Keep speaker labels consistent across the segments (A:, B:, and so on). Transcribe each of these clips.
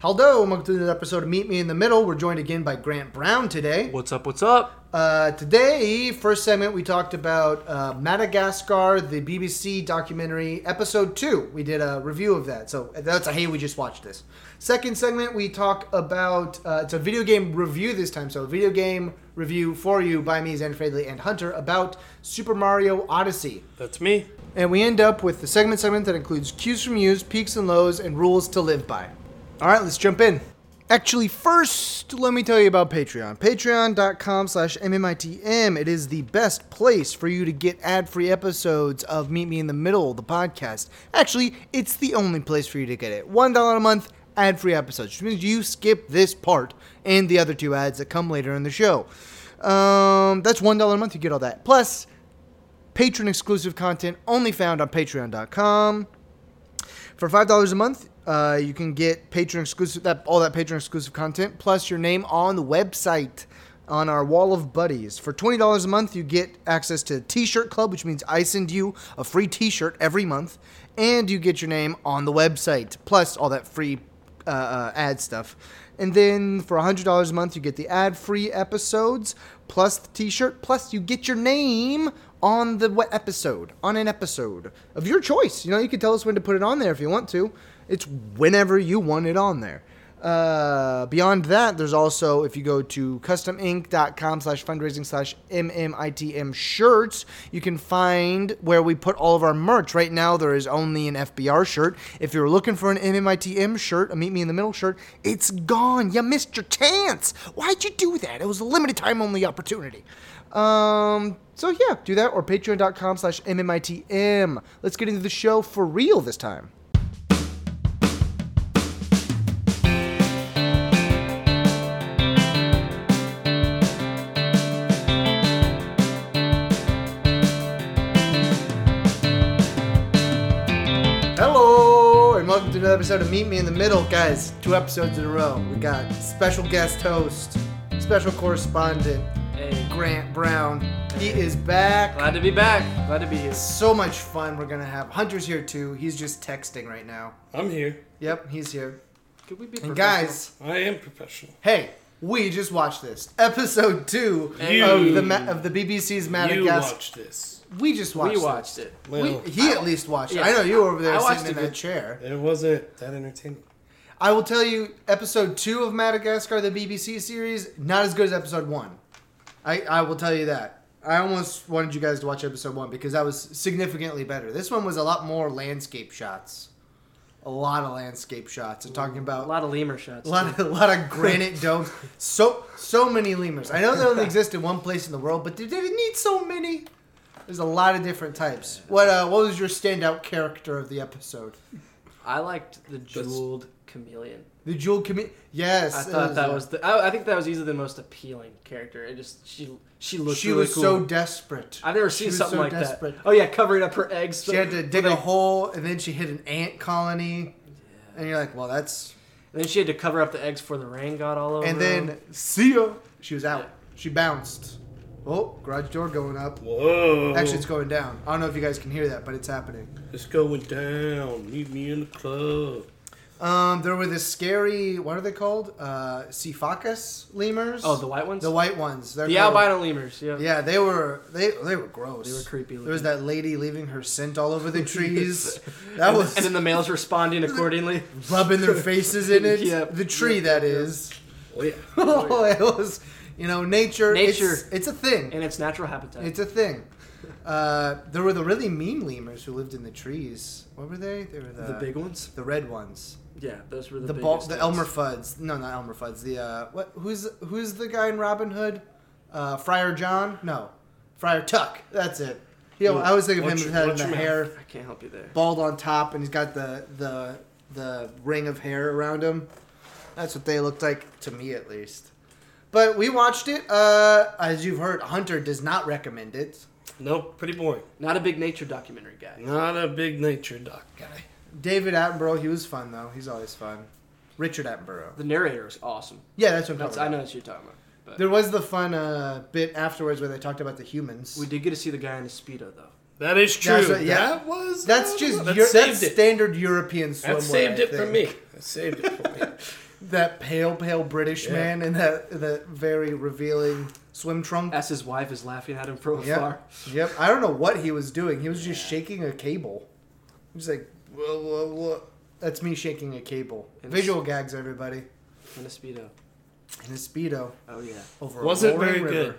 A: Hello, welcome to another episode of Meet Me in the Middle. We're joined again by Grant Brown today.
B: What's up? What's up?
A: Uh, today, first segment, we talked about uh, Madagascar, the BBC documentary, episode two. We did a review of that. So that's a hey, we just watched this. Second segment, we talk about uh, it's a video game review this time. So, a video game review for you by me, Zan Fradley, and Hunter about Super Mario Odyssey.
B: That's me.
A: And we end up with the segment segment that includes cues from yous, peaks and lows, and rules to live by. All right, let's jump in. Actually, first, let me tell you about Patreon. Patreon.com slash MMITM. It is the best place for you to get ad free episodes of Meet Me in the Middle, the podcast. Actually, it's the only place for you to get it. $1 a month, ad free episodes, which means you skip this part and the other two ads that come later in the show. Um, that's $1 a month, you get all that. Plus, patron exclusive content only found on patreon.com for five dollars a month uh, you can get patron exclusive that all that patron exclusive content plus your name on the website on our wall of buddies for $20 a month you get access to t-shirt club which means i send you a free t-shirt every month and you get your name on the website plus all that free uh, uh, ad stuff. And then for $100 a month, you get the ad free episodes, plus the t shirt, plus you get your name on the what episode, on an episode of your choice. You know, you can tell us when to put it on there if you want to. It's whenever you want it on there. Uh, beyond that, there's also if you go to custominc.com slash fundraising slash MMITM shirts, you can find where we put all of our merch. Right now, there is only an FBR shirt. If you're looking for an MMITM shirt, a Meet Me in the Middle shirt, it's gone. You missed your chance. Why'd you do that? It was a limited time only opportunity. Um, so yeah, do that or patreon.com slash MMITM. Let's get into the show for real this time. Hello, and welcome to another episode of Meet Me in the Middle, guys. Two episodes in a row. We got special guest host, special correspondent,
B: Hey,
A: Grant Brown. He is back.
B: glad to be back. Glad to be here.
A: So much fun we're gonna have. Hunter's here too. He's just texting right now.
C: I'm here.
A: Yep, he's here.
B: Could we be
A: And guys,
C: I am professional.
A: hey, we just watched this episode two
B: You-
A: of the Ma- of the BBC's
C: You
A: Madagascar.
C: watch this.
A: We just watched.
B: we
A: this.
B: watched it.
C: Well,
A: We, he at least watched
B: Yeah.
A: it. I know you were over
B: I
A: there
B: watched
A: sitting in
B: it.
A: that chair.
C: it wasn't that entertaining.
A: I will tell you, episode two of Madagascar, the BBC series, not as good as episode one. I, I will tell you that. I almost wanted you guys to watch episode one because that was significantly better. This one was a lot more landscape shots. A lot of landscape shots. I'm talking
B: A
A: about
B: lot of lemur shots.
A: a lot of, a lot of granite domes. So so many lemurs. I know they only exist in one place in the world, but did they need so many? There's a lot of different types. What uh, what was your standout character of the episode?
B: I liked the jeweled chameleon.
A: The jewel commit. Yes,
B: I
A: it
B: thought that
A: a-
B: was the. I, I think that was easily the most appealing character. It just she she looked
A: she
B: really
A: was
B: cool.
A: so desperate.
B: I've never
A: she
B: seen
A: was
B: something
A: so
B: like
A: desperate.
B: that. Oh yeah, covering up her eggs.
A: She had to
B: with
A: dig a
B: a-
A: hole, and then she hit an ant colony, and you're like, "Well, that's."
B: And then she had to cover up the eggs before the rain got all over.
A: And
B: them.
A: then see ya. She was out. She bounced. Oh, garage door going up.
C: Whoa.
A: Actually, it's going down. I don't know if you guys can hear that, but it's happening.
C: it's going down. Meet me in the club.
A: Um, there were the scary. What are they called? Uh, Cephacus lemurs.
B: oh the white ones.
A: the white ones. They're
B: The
A: called-
B: albino lemurs. Yeah.
A: Yeah, they were they they were gross.
B: They were creepy
A: There was that lady leaving her scent all over the trees. that
B: And,
A: was
B: and then the males responding accordingly.
A: rubbing their faces in it.
B: Yep.
A: The tree that is.
C: Oh yeah.
A: Oh, it was, you know, nature.
B: Nature.
A: It's, it's a thing.
B: in its natural habitat.
A: It's a thing. Uh, there were the really mean lemurs who lived in the trees. What were they? They were the,
B: the big ones.
A: the red ones.
B: Yeah, those were the
A: The
B: biggest
A: ball, the
B: ones.
A: Elmer Fuds. No, not Elmer Fuds. The uh, what? Who's who's the guy in Robin Hood? Uh, Friar John? No, Friar Tuck. That's it. You know, I always think of him
C: Watch-
A: as having
C: watch
A: the
C: your mouth.
A: hair
B: I can't help you there.
A: bald on top and he's got the the the ring of hair around him. That's what they looked like to me at least. But we watched it. Uh, as you've heard, Hunter does not recommend it.
C: No, pretty boring.
B: Not a big nature documentary guy.
C: Not a big nature doc guy.
A: David Attenborough, he was fun though. He's always fun. Richard Attenborough.
B: The narrator is awesome.
A: Yeah, that's what I'm
B: That's,
A: talking
B: I know
A: about.
B: that's what you're talking about. But
A: There was the fun uh, bit afterwards where they talked about the humans.
B: we did get to see the guy in the speedo though.
C: That is true.
A: what- yeah.
C: That was.
A: that's
C: uh,
A: just
C: that
A: Euro-
C: saved
A: that's
C: it.
A: standard European swimwear.
C: That saved
A: I
C: it for
A: think.
C: me. That saved it for me.
A: that pale, pale British
C: Yeah.
A: man in that that very revealing swim trunk.
B: As his wife is laughing at him from afar.
A: Yep. Yep. I don't know what he was doing. He was just shaking a cable. He was like, whoa, whoa, whoa. That's me shaking a cable.
B: And
A: Visual gags, everybody.
B: And a speedo.
A: In a speedo
B: Oh yeah.
A: over a
C: Wasn't
A: roaring
C: very
A: river.
C: good.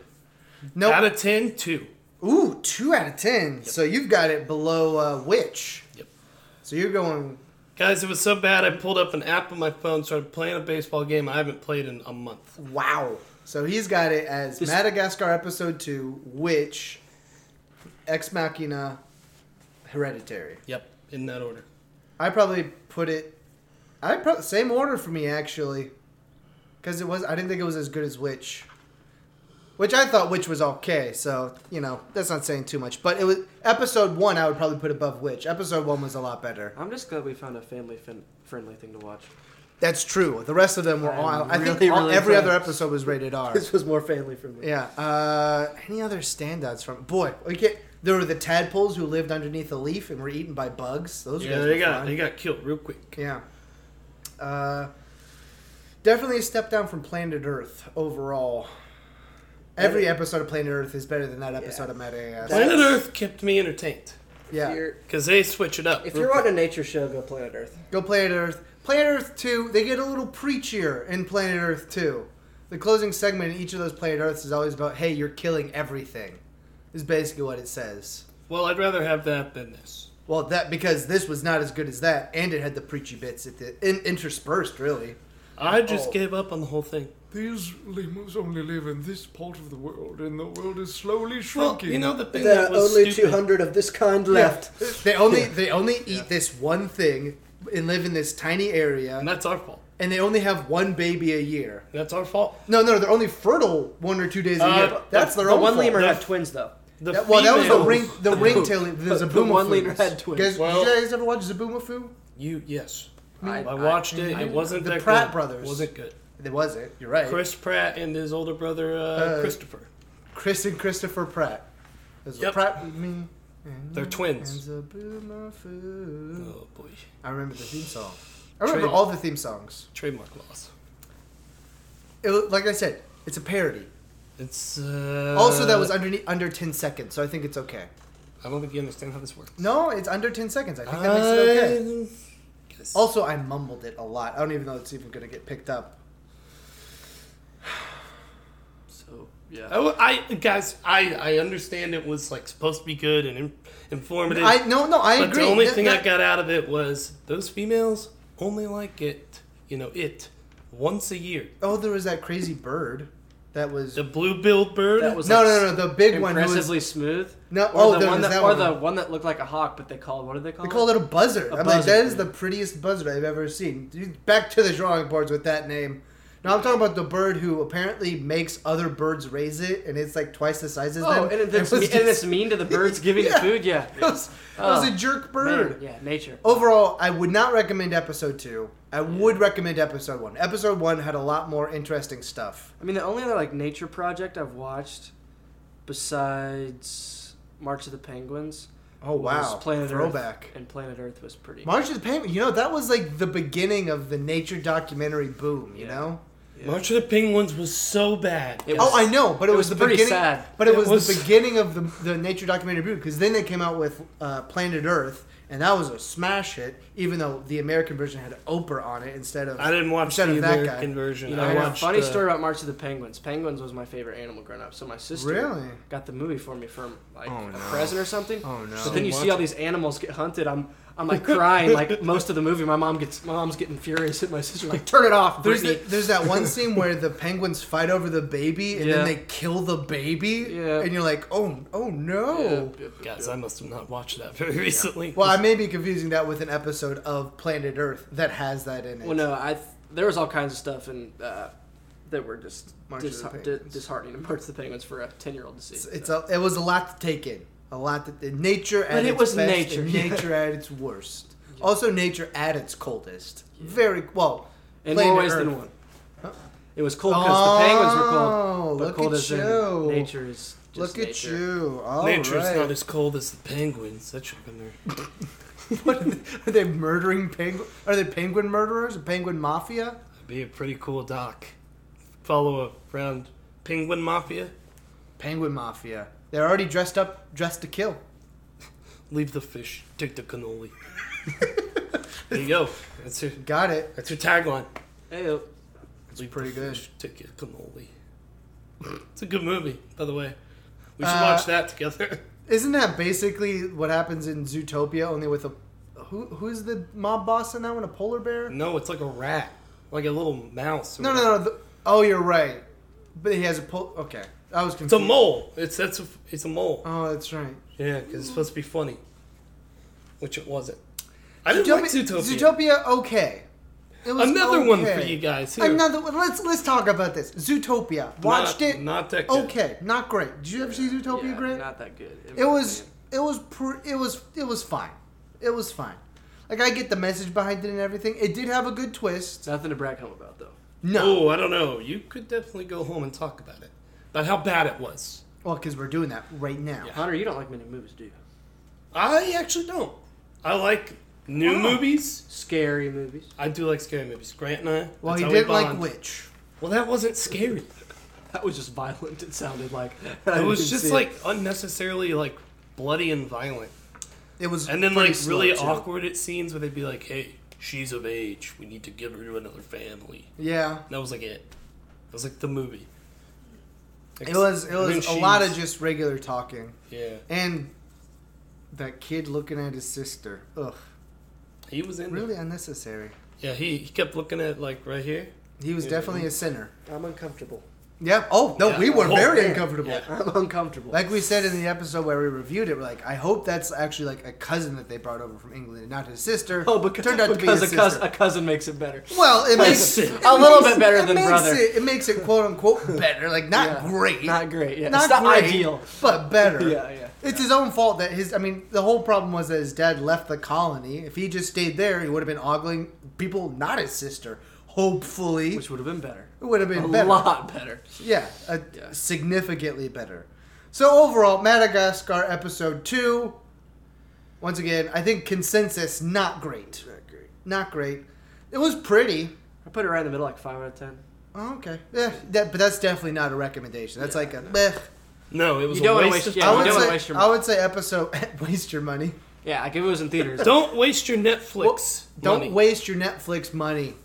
A: Nope.
C: Out of 10, 2.
A: Ooh, two out of ten. So you've got it below uh, which.
C: Yep.
A: So you're going.
C: Guys, it was so bad I pulled up an app on my phone, started playing a baseball game I haven't played in a month.
A: Wow. So he's got it as
B: This-
A: Madagascar episode two, which Ex Machina, Hereditary.
C: Yep, in that order.
A: I probably put it. I pro- same order for me actually, because it was. I didn't think it was as good as Witch, which I thought Witch was okay. So you know that's not saying too much. But it was episode one. I would probably put above Witch. Episode one was a lot better.
B: I'm just glad we found a family fin- friendly thing to watch.
A: That's true. The rest of them were all.
B: I'm
A: I think
B: really,
A: all,
B: really
A: every
B: glad.
A: other episode was rated R.
B: This was more family friendly.
A: Yeah. Uh, any other standouts from? Boy, we get there were the tadpoles who lived underneath a leaf and were eaten by bugs. Those
C: Yeah,
A: guys
C: they
A: were
C: got
A: fun.
C: they got killed real quick.
A: Yeah. Uh, definitely a step down from Planet Earth overall. Every episode of Planet Earth is better than that episode of Madagascar.
C: Planet Earth kept me entertained
A: Yeah.
B: If you're,
C: because they switch it up.
B: if you're wanting a nature show, go Planet Earth.
A: Go Planet Earth. Planet Earth 2, they get a little preachier in Planet Earth 2. The closing segment in each of those Planet Earths is always about, hey, you're killing everything, is basically what it says.
C: well, I'd rather have that than this.
A: Well, that because this was not as good as that, and it had the preachy bits at the, in, interspersed, really.
C: I just
B: Oh.
C: gave up on the whole thing.
D: These lemurs only live in this part of the world, and the world is slowly
C: Well,
D: shrinking.
C: you know the thing that was stupid.
B: of this kind
A: They only they only eat this one thing and live in this tiny area,
C: and that's our fault.
A: and they only have one baby a year.
C: That's our fault.
A: No, no, they're only fertile one or two days a
C: Uh,
A: year.
C: but
A: That's
B: The
A: their own
B: one
A: fault.
B: lemur
C: The-
B: had twins though.
C: The
A: That- well, that was the
C: females-
A: ring, the ring tail. The
B: The
A: Zaboomafoo.
B: one leader had twins.
A: Guys,
C: Well-
A: did you guys ever watch Zaboomafoo?
C: You yes.
B: I-
C: I, watched it.
A: I-
C: it wasn't
A: the
C: that
A: Pratt
C: good.
A: brothers.
C: Wasn't good.
A: There was it. You're right. Chris,
C: Chris Pratt and his older brother uh,
A: Uh,
C: Christopher.
A: and Christopher Pratt. That's what
C: Yep.
A: Pratt mean.
C: They're
A: And
C: twins.
A: Zaboomafoo.
C: Oh boy,
A: I remember the theme song. I remember
C: Trade-
A: all the theme songs.
C: trademark laws.
A: It, was- like I said, it's a parody.
C: It's uh,
A: Also, that was underneath under 10 seconds, so I think it's okay.
C: I don't think you understand how this works.
A: No, it's under 10 seconds. I think that makes it okay.
C: I guess.
A: Also, I mumbled it a lot. I don't even know it's even going to get picked up.
B: So yeah.
C: Oh, I guys, I I understand it was like supposed to be good and in, informative.
A: I no no I
C: but
A: agree.
C: the only
A: That-
C: thing I
A: that-
C: got out of it was those females only like it, you know, it once a year.
A: Oh, there was that crazy bird that was.
C: The blue-billed bird.
B: That was-
A: no, no, no, no, the big one. Who was,
B: Impressively smooth.
A: No,
B: Or
A: oh,
B: the
A: there
B: one
A: was
B: that,
A: that
B: or
A: one.
B: the one that looked like a hawk, but they called what did they call
A: they
B: it?
A: called it a buzzard.
B: A
A: I'm like, that
B: buzzard.
A: is the prettiest buzzard I've ever seen. Dude, Back to the drawing boards with that name. No, I'm talking about the bird who apparently makes other birds raise it, and it's like twice the size as
B: Oh,
A: them.
B: and
A: It
B: it's,
A: was
B: and
A: just-
B: it's mean to the birds giving
A: Yeah.
B: it food. Yeah.
A: It was, it was a jerk bird.
B: Man, yeah, nature.
A: Overall, I would not recommend episode two. I would recommend episode one. Episode one had a lot more interesting stuff.
B: I mean, the only other like nature project I've watched, besides March of the Penguins,
A: Oh wow!
B: was Planet
A: Throwback.
B: Earth, and Planet Earth was pretty.
A: March of the Penguin. You know that was like the beginning of the nature documentary boom. You
B: Yeah.
A: know.
B: Yeah.
C: March of the Penguins was so bad.
B: It
A: Oh, I know, but it,
B: It
A: was,
B: was
A: the
B: pretty
A: beginning.
B: sad.
A: But it,
C: It
A: was, the
C: was-
A: beginning of the, the nature documentary boom because then they came out with uh, Planet Earth, and that was a smash hit. Even though the American version had Oprah on it instead of
C: I didn't watch the
A: Instead of that
C: American
A: guy.
C: version.
B: You know,
C: I watched
B: funny
C: the-
B: story about March of the Penguins. Penguins was my favorite animal growing up, so my sister
A: really.
B: got the movie for me from like
A: Oh,
B: a
A: no.
B: present or something.
A: Oh no!
B: So then you see all these animals get hunted. I'm I'm like crying like most of the movie. My mom gets my mom's getting furious at my sister like turn it off,
A: There's,
B: Brittany.
A: the- there's that one scene where the penguins fight over the baby and then
B: Yeah.
A: they kill the baby,
B: Yeah.
A: and you're like, oh, oh no.
B: Yeah, yeah, yeah.
C: Guys, I must have not watched that very recently.
A: Well, I may be confusing that with an episode of Planet Earth that has that in it.
B: Well, no, I th- there was all kinds of stuff and uh, that were just
A: March of the
B: disha- di-
A: Penguins.
B: disheartening to March of the Penguins for a ten year old to see.
A: It's, it's a, it was a lot to take in, a lot to in nature. At
B: But it
A: its
B: was
A: best
B: nature.
A: and nature at its worst. Also, nature at its coldest.
B: Yeah.
A: Very well.
B: in
A: Planet
B: more ways than
A: Earth.
B: one. It was cool because the penguins were cool.
A: Oh,
B: But
A: look
B: cool
A: at
B: as in
A: you!
B: Nature is just
A: look
B: nature.
A: at you! All right.
C: Nature's not as cold as the penguins. That should have been there.
A: What are, they, are they murdering penguin? Are they penguin murderers? Penguin mafia?
C: Be a pretty cool doc. Follow around Penguin Mafia.
A: Penguin Mafia. They're already dressed up, dressed to kill.
C: Leave the fish. Take the cannoli. there you go. That's your
A: Got it.
C: that's your tagline.
B: Hey, oh,
A: It's pretty
C: the
A: good.
C: fish, Take your cannoli. It's a good movie, by the way. We should
A: Uh,
C: watch that together.
A: Isn't that basically what happens in Zootopia? Only with a who? Who's the mob boss in that one? A polar bear?
C: No, it's like a rat, like a little mouse. or
A: No, no,
C: whatever.
A: no. The, oh, you're right. But he has a pol. Okay, I was
C: It's a
A: confused.
C: mole. It's that's a, it's a mole.
A: oh, that's right.
C: Yeah, because it's supposed to be funny, which it wasn't. I didn't like Zootopia.
A: Zootopia, okay. It was
C: Another one for
A: okay.
C: you guys here.
A: Another one. Let's let's talk about this. Zootopia. Watched
C: Not-
A: it.
C: Not that good.
A: okay, not great. Did you ever see Zootopia?
B: yeah,
A: Grant?
B: not that good. in
A: it
B: my
A: was
B: opinion.
A: it was pr- it was it was fine it was fine like i get the message behind it and everything it did have a good
B: It's
A: twist
B: nothing to brag home about though.
A: no
C: Oh, I don't know. You could definitely go home and talk about it, about how bad it was.
A: well because we're doing that right now
C: Yeah.
B: Hunter, you don't like many movies, do you?
C: I actually don't. I like new
A: Wow.
C: movies.
B: Scary movies.
C: I do like scary movies. Grant and I.
A: well
C: that's
A: he
C: how
A: didn't
C: we
A: like
C: bond.
A: witch
C: Well, that wasn't scary.
B: That was just violent. It sounded like
C: It was just like unnecessarily like bloody and violent.
A: it was
C: And then
A: pretty
C: like
A: slow,
C: really
A: too.
C: awkward at scenes where they'd be like, "Hey, she's of age. We need to give her to another family."
A: yeah
C: And that was like it. That was like the movie.
A: it was it
C: And then
A: was a
C: she's-
A: lot of just regular talking
C: yeah.
A: and that kid looking at his sister ugh
C: He was in.
A: really unnecessary
C: Yeah, he, he kept looking at like right here.
A: he was
C: Yeah.
A: definitely a sinner
B: I'm uncomfortable.
A: yep oh no
C: Yeah.
A: we were
C: Oh,
A: very
B: man.
A: uncomfortable
C: Yeah.
B: I'm uncomfortable.
A: Like we said in the episode where we reviewed it, we're like, I hope that's actually like a cousin that they brought over from England, and not his sister.
B: oh, because,
A: turned out to be
B: because
A: his
B: a,
A: sister.
B: cousin, a cousin makes it better.
A: Well, it makes
C: Listen,
A: it
B: a little
A: makes-
B: bit better
A: it
B: than
A: makes
B: brother.
A: It, it makes it quote unquote better, like not
B: Yeah.
A: great,
B: Not great. Yeah,
A: not
B: it's not
A: great,
B: ideal.
A: but better.
B: Yeah, yeah.
A: It's his own fault that his. I mean, the whole problem was that his dad left the colony. If he just stayed there, he would have been ogling people, not his sister. Hopefully,
B: Which would have been better.
A: it would have been
B: a
A: better.
B: lot better.
A: Yeah, a,
B: Yeah.
A: significantly better. So overall, Madagascar episode two. Once again, I think consensus not great,
B: Not great.
A: not great. It was pretty.
B: I put it right in the middle, like five out of ten.
A: Oh, okay, yeah, that, but that's definitely not a recommendation. That's
B: Yeah,
A: like a. meh.
C: No, it was
B: You don't
C: a
B: wanna
C: waste.
B: waste-
C: of
B: yeah,
A: I
B: you
A: would
B: don't
C: time.
B: wanna
A: say
B: waste your
A: I would say episode waste your money.
B: Yeah, like if it was in theaters.
C: Don't waste your Netflix.
A: Don't
C: money.
A: waste your Netflix money.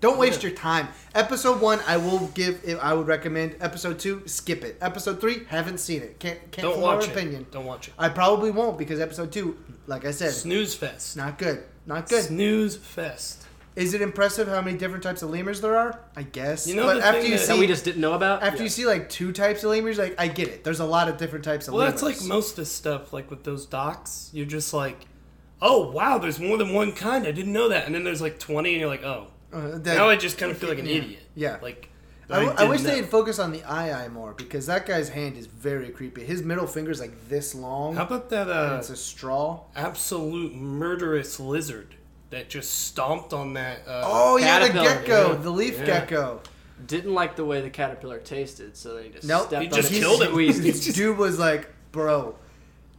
A: Don't waste your time. Episode one, I will give. I would recommend. Episode two, skip it. Episode three, haven't seen it. Can't can't
C: Don't
A: form
C: watch
A: an
C: it.
A: opinion.
C: Don't watch it.
A: I probably won't because episode two, like I said,
C: Snooze fest.
A: not good. Not good.
C: Snooze fest.
A: Is it impressive how many different types of lemurs there are? I guess.
C: You know
A: but
C: the
A: after
C: thing
A: you
C: that-
A: see,
B: that we just didn't know about.
A: after
B: Yeah.
A: you see like two types of lemurs, like I get it. There's a lot of different types of
C: Well,
A: lemurs.
C: that's like most of this stuff. Like with those docs, you're just like, oh wow, there's more than one kind. I didn't know that. And then there's like 20, and you're like, oh,
A: uh, that-
C: now I just kind of feel like an
A: yeah,
C: idiot.
A: yeah.
C: Like,
A: I, w- I
C: didn't
A: wish they
C: know.
A: had focused on the eye eye more because that guy's hand is very creepy. His middle finger's like this long.
C: How about that uh,
A: and it's a straw.
C: absolute murderous lizard that just stomped on that? Uh,
A: Oh yeah, the
B: caterpillar,
A: gecko,
B: yeah.
A: the leaf
C: Yeah.
A: gecko.
B: didn't like the way the caterpillar tasted, so they just
A: Nope.
B: stepped
A: He
B: on
C: just
B: it and
C: killed him.
B: squeezed
C: He's
B: it.
C: just-
A: Dude was like, bro,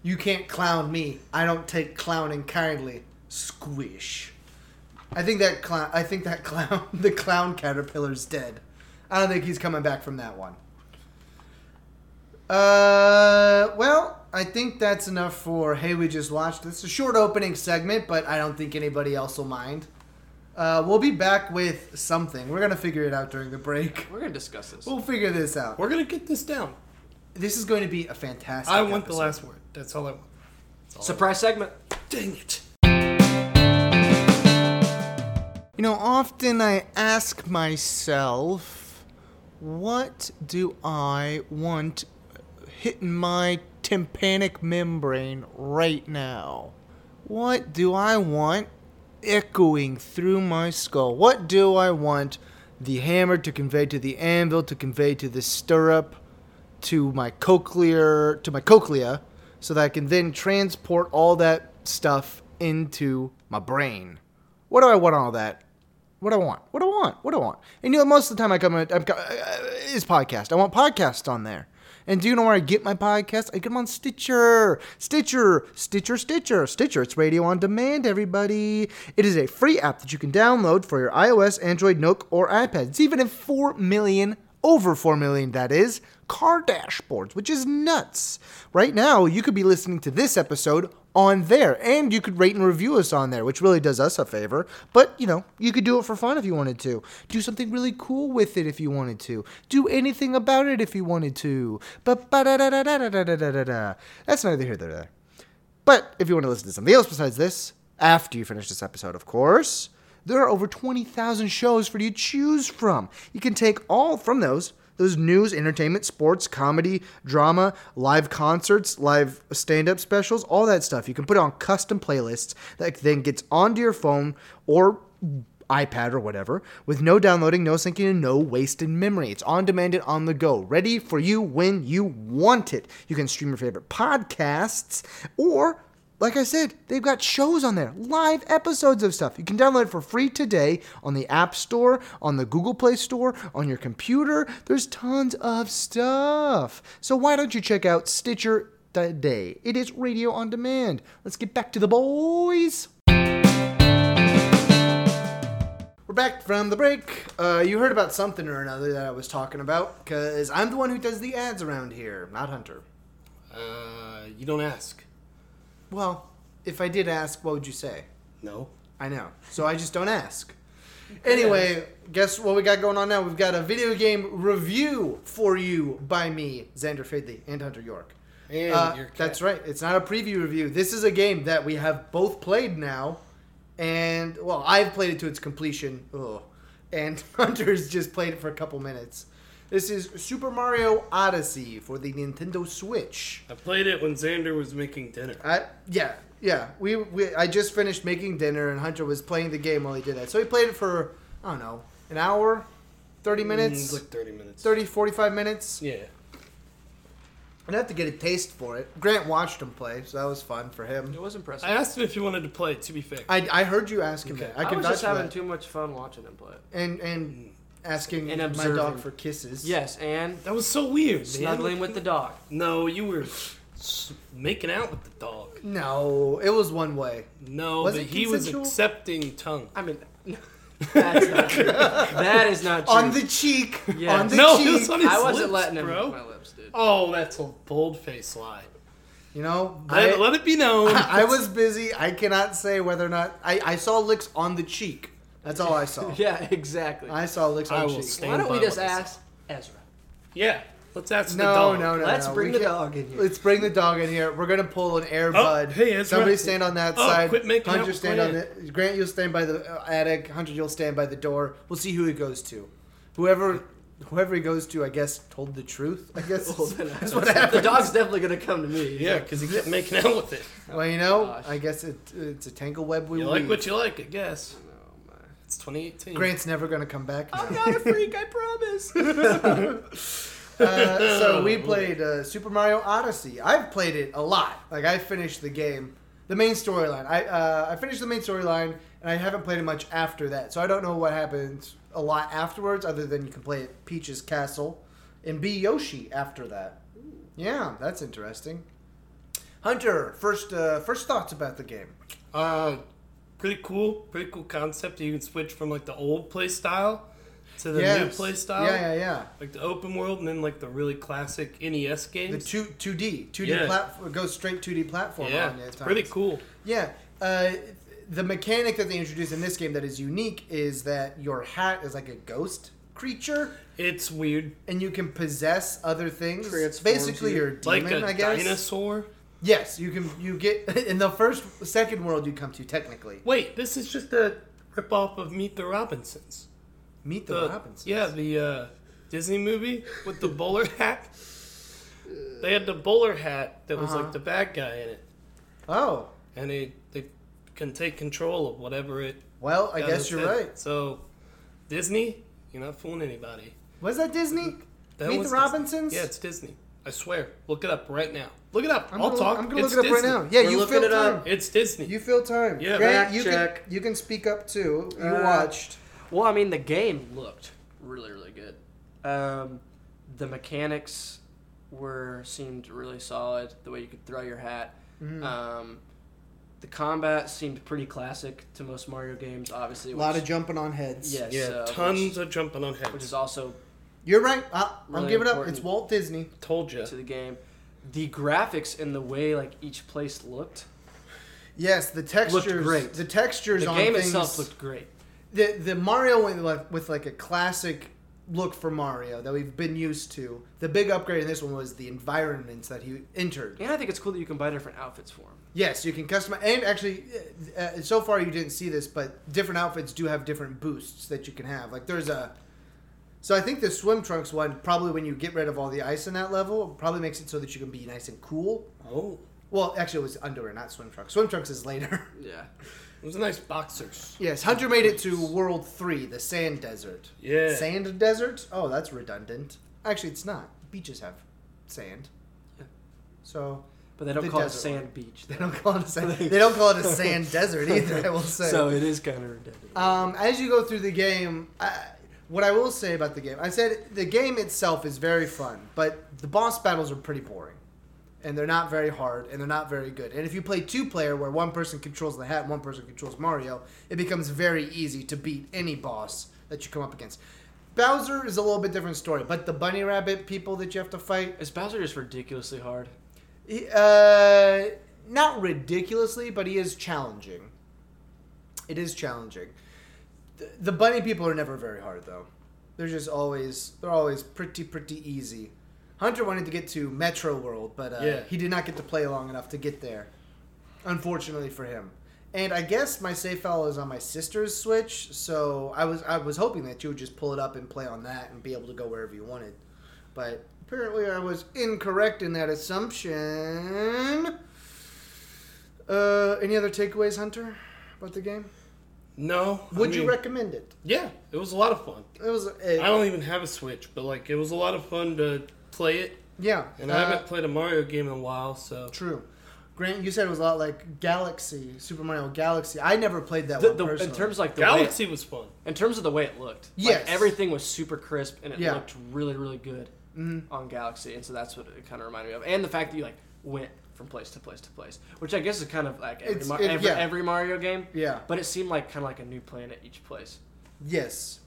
A: you can't clown me. I don't take clowning kindly. Squish. I think that clown. I think that clown. The clown caterpillar's dead. I don't think he's coming back from that one. Uh, well, I think that's enough for hey, we just watched. This a short opening segment, but I don't think anybody else will mind. Uh, we'll be back with something. We're gonna figure it out during the break.
B: We're gonna discuss this.
A: We'll figure this out.
C: We're gonna get this down.
A: This is going to be a fantastic.
C: I want the
A: episode.
C: last word. That's all I want.
B: Surprise segment.
C: Dang it.
A: You know, often I ask myself, what do I want hitting my tympanic membrane right now? What do I want echoing through my skull? What do I want the hammer to convey to the anvil, to convey to the stirrup, to my cochlear, to my cochlea, so that I can then transport all that stuff into my brain? What do I want all that? What do I want? What do I want? What do I want? And you know, most of the time I come, I'm, co- uh, is podcast. I want podcasts on there. And do you know where I get my podcast? I get them on Stitcher. Stitcher, Stitcher, Stitcher, Stitcher. It's radio on demand, everybody. It is a free app that you can download for your iOS, Android, Nook, or iPad. It's even in 4 million over 4 million, that is, car dashboards, which is nuts. Right now, you could be listening to this episode on there, and you could rate and review us on there, which really does us a favor. But, you know, you could do it for fun if you wanted to. Do something really cool with it if you wanted to. Do anything about it if you wanted to. But, ba-da-da-da-da-da-da-da-da. That's neither here nor there. But if you want to listen to something else besides this, after you finish this episode, of course, there are over 20,000 shows for you to choose from. You can take all from those those news, entertainment, sports, comedy, drama, live concerts, live stand-up specials, all that stuff. You can put it on custom playlists that then gets onto your phone or iPad or whatever, with no downloading, no syncing, and no wasted memory. It's on demand and on the go, ready for you when you want it. You can stream your favorite podcasts, or, like I said, they've got shows on there, live episodes of stuff. You can download it for free today on the App Store, on the Google Play Store, on your computer. There's tons of stuff. So why don't you check out Stitcher today? It is radio on demand. Let's get back to the boys. We're back from the break. Uh, you heard about something or another that I was talking about, because I'm the one who does the ads around here, not Hunter.
C: Uh, you don't ask.
A: Well, if I did ask, what would you say?
C: No.
A: I know. So I just don't ask. Anyway, guess what we got going on now? We've got a video game review for you by me, Xander Fadley, and Hunter York.
C: And
A: Uh,
C: your cat.
A: that's right. It's not a preview review. This is a game that we have both played now, and well, I've played it to its completion. Ugh. And Hunter's just played it for a couple minutes. This is Super Mario Odyssey for the Nintendo Switch.
C: I played it when Xander was making dinner.
A: I yeah yeah we, we I just finished making dinner and Hunter was playing the game while he did that. So he played it for I don't know an hour, thirty
C: It's
A: minutes,
C: Mm, like 30 minutes.
A: 30, 45 minutes.
C: Yeah.
A: I'd have to get a taste for it. Grant watched him play, so that was fun for him.
B: It was impressive.
C: I asked him if he wanted to play, to be fair.
A: I, I heard you ask him that. I can
B: was
A: vouch
B: just
A: for
B: having
A: that.
B: too much fun watching him play. it.
A: and and asking
B: And
A: my dog
B: observing.
A: for kisses.
B: Yes, and
C: that was so weird. man.
B: snuggling with the dog.
C: No, you were s- making out with the dog.
A: No, it was one way.
C: No,
A: Was
C: but
A: it
C: he was
A: consensual?
C: accepting tongue.
B: I mean, that's not true. that is not true.
A: On the cheek.
B: Yeah.
A: On the
C: No, it
A: cheek.
C: was on his
B: I
C: lips,
B: wasn't letting him
C: bro.
B: lick my lips, dude.
C: Oh, that's a bold face lie.
A: You know.
C: Let,
A: I-
C: let it be known.
A: I was busy. I cannot say whether or not I, I saw licks on the cheek. That's all I saw.
B: Yeah, exactly.
A: I saw licks on
C: I
A: the
C: will
A: cheek.
C: stand
B: Why don't we
C: by
B: just
C: what I said.
B: ask Ezra?
C: Yeah, let's ask the
A: No,
C: dog.
A: Oh, no, no.
B: Let's
A: no.
B: bring
A: We
B: the
A: can't-
B: dog in here.
A: Let's bring the dog in here. We're gonna pull an air
C: Oh,
A: bud.
C: hey, Ezra.
A: Somebody stand on that
C: Oh,
A: side.
C: quit making out
A: Hunter
C: with
A: stand on the Grant. You'll stand by the uh, attic. Hunter, you'll stand by the door. We'll see who he goes to. Whoever, whoever he goes to, I guess told the truth. I guess
B: Well, then
A: that's
B: I-
A: what happened.
B: The dog's definitely gonna come to me.
C: Yeah, because he kept making out with it.
A: Well, you know,
B: Gosh.
A: I guess it, it's a tangle web we
C: You
A: weave.
C: like what you like, I guess.
B: Oh my.
C: It's 2018.
A: Grant's never gonna come back.
C: Oh,
B: I'm not a freak, I promise.
A: Uh, so we played uh, Super Mario Odyssey. I've played it a lot. Like I finished the game, the main storyline. I uh, I finished the main storyline, and I haven't played it much after that. So I don't know what happens a lot afterwards, other than you can play at Peach's castle and be Yoshi after that. Yeah, that's interesting. Hunter, first uh, first thoughts about the game.
C: Uh, pretty cool. Pretty cool concept. You can switch from like the old play style to the new
A: Yes.
C: play style.
A: Yeah, yeah, yeah.
C: Like the open world and then like the really classic NES
A: The
C: games.
A: two two D two D
C: Yeah.
A: platform goes straight two D platform.
C: yeah,
A: on it at
C: it's pretty
A: times.
C: cool.
A: Yeah. Uh, the mechanic that they introduced in this game that is unique is that your hat is like a ghost creature
C: It's weird.
A: and you can possess other things.
B: Transforms
A: Basically,
B: you.
A: you're a demon,
C: like a
A: I guess.
C: dinosaur.
A: Yes, you can. You get in the first, second world you come to. Technically,
C: Wait, this is just a ripoff of Meet the Robinsons.
A: meet the,
C: The
A: Robinsons.
C: yeah, the uh, Disney movie with the bowler hat. They had the bowler hat that was
A: Uh-huh.
C: like the bad guy in it,
A: Oh,
C: and they they can take control of whatever it.
A: well, I
C: does
A: guess you're
C: with it.
A: right.
C: So, Disney, you're not fooling anybody.
A: Was that Disney?
C: That
A: meet
C: was
A: the
C: Disney.
A: Robinsons.
C: Yeah, it's Disney. I swear. Look it up right now. Look it up.
A: I'm
C: will
A: gonna,
C: talk.
A: I'm gonna
C: It's
A: look it up
C: Disney.
A: right now. Yeah,
B: We're
A: you
B: looking
A: feel
B: it
A: time.
B: up.
C: It's Disney.
A: You feel time.
C: Yeah,
A: Grant,
B: fact
A: you
B: check.
A: can you can speak up too. You
B: Uh,
A: watched.
B: Well, I mean, the game looked really, really good. Um, the mechanics were seemed really solid. The way you could throw your hat.
A: Mm.
B: Um, the combat seemed pretty classic to most Mario games, obviously.
A: A lot
B: which-
A: of jumping on heads.
B: yes,
C: Yeah,
B: uh,
C: tons
B: which,
C: of jumping on heads.
B: which is also
A: You're right. I, I'll
B: Really
A: give it up.
B: important.
A: It's Walt Disney.
C: Told you.
B: to the game. The graphics and the way like each place looked.
A: Yes, the textures.
B: great.
A: The textures
B: The
A: on
B: game
A: things.
B: itself looked great.
A: the the Mario went like- with like a classic look for Mario that we've been used to. The big upgrade in this one was the environments that he entered.
B: And I think it's cool that you can buy different outfits for him.
A: Yes, you can customize. And actually, uh, uh, so far you didn't see this, but different outfits do have different boosts that you can have. Like there's a. So I think the swim trunks one probably when you get rid of all the ice in that level probably makes it so that you can be nice and cool.
C: Oh,
A: Well, actually, it was underwear, not swim trunks. Swim trunks is later.
B: Yeah.
C: it was a nice boxers.
A: yes, Hunter made it to World Three, the sand desert.
C: Yeah.
A: Sand desert? Oh, that's redundant. Actually, it's not. Beaches have sand.
B: Yeah.
A: So
B: But they don't
A: The
B: call it
A: desert
B: sand beach.
A: they don't call it a sand. they don't call it a sand desert either. I will say.
B: So it is kind of redundant.
A: Um, as you go through the game, I, what I will say about the game, I said the game itself is very fun, but the boss battles are pretty boring. And they're not very hard, and they're not very good. And if you play two player, where one person controls the hat and one person controls Mario, it becomes very easy to beat any boss that you come up against. Bowser is a little bit different story, but the bunny rabbit people that you have to fight,
B: Is Bowser just ridiculously hard?
A: he- uh, not ridiculously, but he is challenging. It is challenging. The, the bunny people are never very hard though. They're just always they're always pretty pretty easy. Hunter wanted to get to Metro World, but uh,
C: Yeah.
A: he did not get to play long enough to get there. Unfortunately for him. And I guess my save file is on my sister's Switch, so I was I was hoping that you would just pull it up and play on that and be able to go wherever you wanted. But apparently I was incorrect in that assumption. Uh, any other takeaways, Hunter, about the game?
C: No. I
A: Would you
C: mean,
A: recommend it?
C: Yeah, it was a lot of fun.
A: It was.
C: I
A: Uh,
C: don't even have a Switch, but like it was a lot of fun to play it.
A: yeah.
C: And
A: uh,
C: I haven't played a Mario game in a while, so
A: True. Grant, you said it was a lot like Galaxy, Super Mario Galaxy. I never played that
B: The,
A: one
B: the,
A: personally.
B: in terms of, like the way it,
C: Galaxy was fun.
B: in terms of the way it looked,
A: Yes.
B: like, everything was super crisp and it
A: Yeah.
B: looked really really good
A: Mm-hmm.
B: on Galaxy, and so that's what it kind of reminded me of. And the fact that you like went from place to place to place, which I guess is kind of like every,
A: It's-
B: Mar-
A: it-
B: every,
A: yeah.
B: every Mario game,
A: yeah.
B: but it seemed like kind of like a new planet each place.
A: Yes.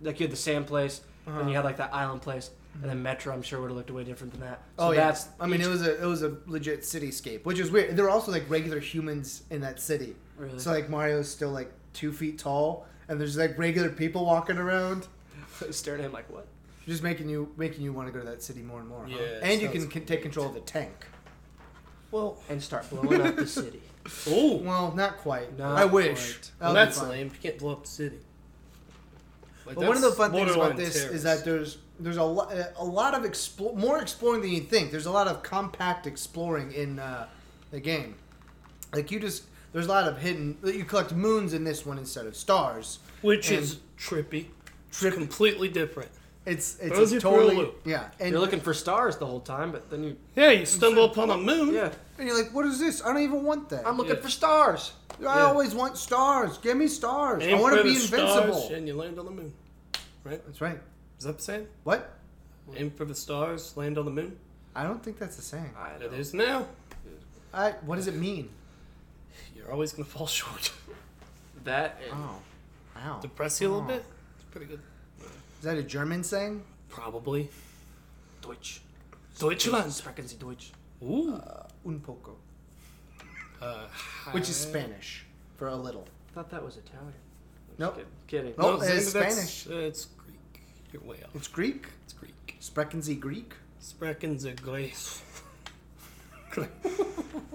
B: Like you had the sand place, and then
A: Uh-huh. Mm-hmm.
B: you had like that island place, and then Metro. I'm sure would have looked way different than that. So
A: oh
B: that's
A: yeah. I mean,
B: each-
A: it was a it was a legit cityscape, which is weird. There were also like regular humans in that city.
B: really
A: So like Mario's still like two feet tall, and there's like regular people walking around,
B: staring at him like what?
A: just making you making you want to go to that city more and more. huh?
C: Yeah, it
A: And you
C: sounds
A: can, can take control of the tank.
C: Well,
B: And start blowing up the city.
C: oh, well,
A: Well, not quite.
B: Not
A: I wish.
B: quite.
A: That would be
C: that's
A: fun.
C: lame. You can't blow up the city. Like,
A: But one of the
C: that's
A: fun things about
C: borderline
A: this
C: terrorist.
A: is that there's there's a lot a lot of explore more exploring than you think. There's a lot of compact exploring in uh, the game. Like you just there's a lot of hidden. You collect moons in this one instead of stars.
C: which
A: and-
C: is trippy,
A: Trippy.
C: completely different.
A: It's it's
C: Throws
A: a
C: you through a
A: totally
C: loop.
A: yeah. And
B: You're looking for stars the whole time, but then you
C: Yeah, you stumble upon a moon.
B: yeah.
A: and you're like, what is this? I don't even want that.
B: I'm looking
C: Yeah.
B: for stars.
A: I always want stars. Give me stars.
C: aim
A: I want
C: for
A: to be
C: the stars,
A: invincible.
C: and you land on the moon. Right?
A: That's right.
C: Is that the same?
A: What? Mm.
C: Aim for the stars, land on the moon.
A: I don't think that's the same.
B: I
C: It
B: don't-
C: is now.
A: I, what does it mean?
C: You're always gonna fall short.
B: That and-
A: Oh, wow.
C: Depress you a little bit. It's pretty good.
A: Is that a German saying?
C: Probably.
B: Deutsch.
C: Deutschland.
B: Sprechen Sie Deutsch.
C: Ooh.
A: Un poco. Oh,
C: Uh,
A: which is Spanish for a little.
B: I thought that was Italian. I'm just
A: Nope.
B: kid- Kidding.
A: Nope.
C: No,
A: it's
C: that's-
A: Spanish.
C: uh, it's Greek. You're way off.
A: It's Greek.
C: It's Greek.
A: Sprechen Sie Greek?
C: Sprechen the Greece.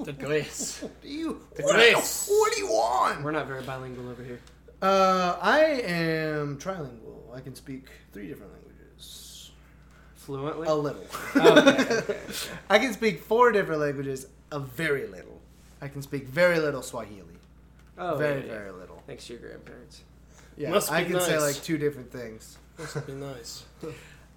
C: the Greece.
A: What do you?
C: The
A: What,
C: Greeks.
A: what do you want?
B: We're not very bilingual over here.
A: Uh, I am trilingual. I can speak three different languages.
B: Fluently.
A: A little.
B: Okay,
A: I can speak four different languages. A very little. I can speak very little Swahili.
B: Oh,
A: very
B: yeah, yeah.
A: very little.
B: Thanks to your grandparents.
A: Yeah,
C: Must be
A: I can say
C: nice.
A: like two different things.
C: This would be nice.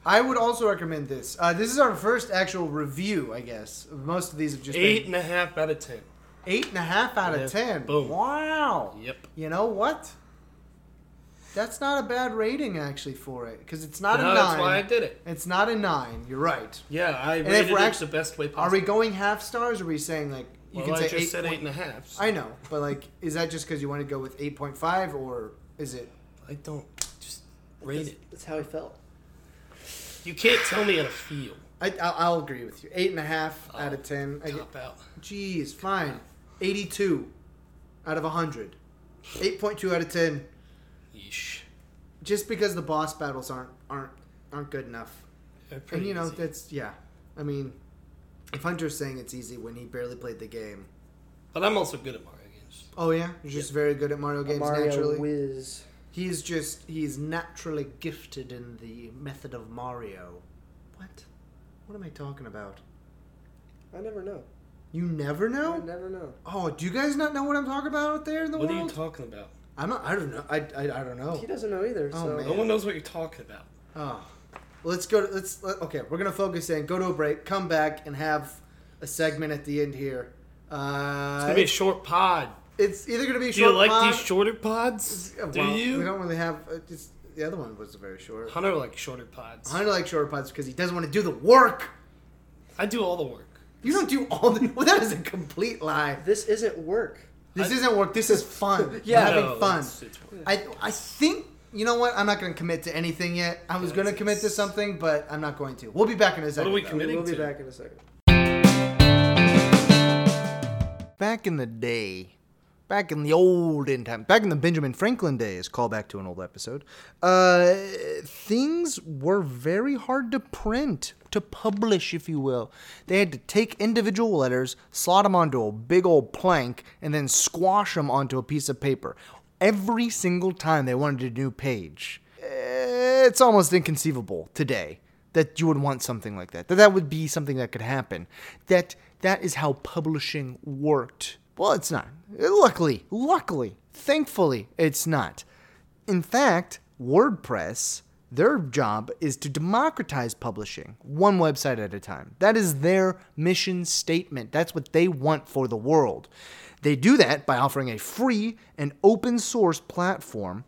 A: I would also recommend this. Uh, this is our first actual review, I guess. Most of these have just
C: Eight
A: been
C: and a half out of ten.
A: eight and a half out
C: Yeah,
A: of ten.
C: boom.
A: Wow.
C: Yep.
A: You know what? That's not a bad rating actually for it because it's not a
C: no,
A: nine.
C: that's why I did it.
A: It's not a nine. You're right.
C: Yeah, I
A: if
C: rated
A: we're
C: it
A: act-
C: the best way
A: Are we
C: possible.
A: going half stars? Or are we saying like you
C: well,
A: can
C: I
A: say
C: just
A: eight?
C: said
A: point-
C: eight and a half. so
A: I know, but like, is that just because you want to go with eight point five, or is it?
C: I don't just rate it.
B: That's how he felt.
C: You can't tell me how to feel.
A: I, I'll, I'll agree with you. Eight and a half out of
C: Oh,
A: ten. I,
C: Top out.
A: Jeez, fine. Eighty-two out of hundred. Eight point two out of ten.
C: Yeesh.
A: Just because the boss battles aren't aren't aren't good enough.
C: They're
A: And
C: pretty
A: you know,
C: easy.
A: that's yeah. I mean, if Hunter's saying it's easy when he barely played the game.
C: But I'm also good at Mario games.
A: Oh yeah, he's just very good at Mario games
B: Mario
A: naturally.
B: whiz.
A: he's just he's naturally gifted in the method of Mario. What? What am I talking about?
B: I never know.
A: You never
B: I
A: know.
B: never know.
A: Oh, do you guys not know what I'm talking about out there in the
C: What are you
A: world?
C: talking about?
A: I'm not. I don't know. I, I, I don't know.
B: He doesn't know either.
A: Oh,
B: so
A: man.
C: No one knows what you're talking about.
A: Oh, let's go. To, let's let, okay. We're gonna focus in. Go to a break. Come back and have a segment at the end here. Uh,
C: It's gonna be a short pod.
A: It's either going to be a
C: Do
A: short
C: you like
A: pod-
C: these shorter pods?
A: Uh,
C: Do
A: well, We
C: you?
A: don't really have. Uh, just, the other one was very short.
C: Hunter likes shorter pods.
A: Hunter likes shorter pods because he doesn't want to do the work.
C: I do all the work.
A: You don't do all the. Well, that is a complete lie.
B: This isn't work.
A: This
C: I-
A: isn't work. This is fun.
B: Yeah.
A: We're
C: No,
A: having fun.
C: it's- it's work.
A: I, I think. You know what? I'm not going to commit to anything yet. I was
C: Yeah,
A: going to
C: it's-
A: commit to something, but I'm not going to. We'll be back in a second.
C: What are we
A: though.
C: committing
B: We'll be
C: to?
B: back in a second.
A: back in the day, back in the olden time, back in the Benjamin Franklin days, call back to an old episode, uh, things were very hard to print, to publish, if you will. They had to take individual letters, slot them onto a big old plank, and then squash them onto a piece of paper. Every single time they wanted a new page. Eh, It's almost inconceivable today that you would want something like that. That that would be something that could happen. That that is how publishing worked. Well, it's not. Luckily, luckily, thankfully, it's not. In fact, WordPress, their job is to democratize publishing, one website at a time. That is their mission statement. That's what they want for the world. They do that by offering a free and open source platform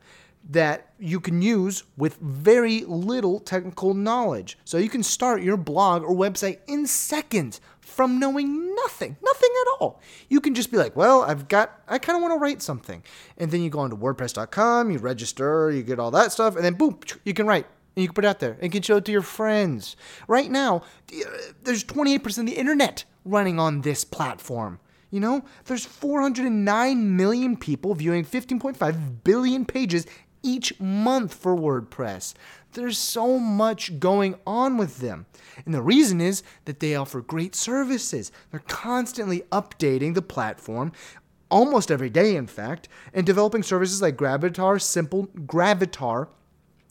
A: that you can use with very little technical knowledge. So you can start your blog or website in seconds from knowing nothing, nothing at all. You can just be like, well, I've got, I kind of want to write something. And then you go onto WordPress.com, you register, you get all that stuff, and then boom, you can write. And you can put it out there and you can show it to your friends. Right now, uh, there's 28% of the internet running on this platform. You know, there's 409 million people viewing 15.5 billion pages each month for WordPress. There's so much going on with them. And the reason is that they offer great services. They're constantly updating the platform almost every day in fact and developing services like Gravatar, Simple Gravatar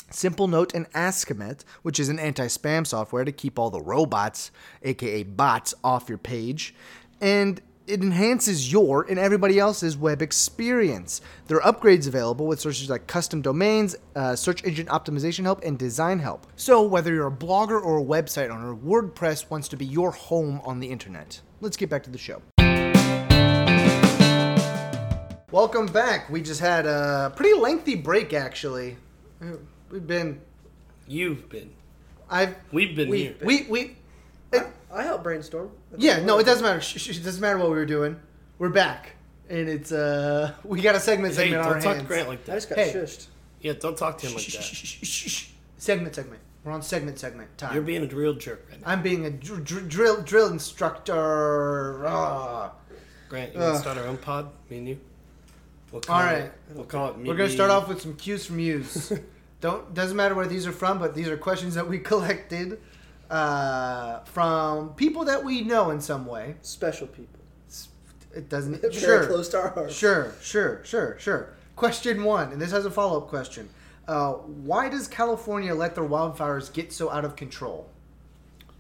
A: Simple Note and Askimet, which is an anti spam software to keep all the robots, aka bots, off your page. And it enhances your and everybody else's web experience. There are upgrades available with searches like custom domains, uh, search engine optimization help, and design help. So, whether you're a blogger or a website owner, WordPress wants to be your home on the internet. Let's get back to the show. Welcome back. We just had a pretty lengthy break, actually. Uh, We've been,
C: You've been.
A: I've,
C: We've been
A: we,
C: here.
A: we, we, it,
B: I help brainstorm.
A: yeah, no, it doesn't matter. Sh- sh- It doesn't matter what we were doing. We're back, and it's uh, we got a segment
C: Hey,
A: segment
C: don't
A: on our
C: talk
A: hands.
C: to Grant like
B: I
C: that.
B: just got
A: Hey.
B: shushed.
C: Yeah, don't talk to him like
A: Shh,
C: that.
A: shh, shh, shh, shh. Segment segment. We're on segment segment time.
C: You're being a real jerk right now.
A: I'm being a dr- dr- drill drill instructor. Ah.
C: Grant, you want
A: Ugh.
C: to start our own pod? Me and you? We'll call
A: All
C: it-
A: right.
C: We'll call it me.
A: We're gonna start
C: Me.
A: off with some cues from yous. Don't doesn't matter where these are from, but these are questions that we collected uh, from people that we know in some way.
B: Special people.
A: It doesn't
B: Very
A: sure
B: close to our hearts.
A: sure sure sure sure. Question one, and this has a follow up question. Uh, why does California let their wildfires get so out of control?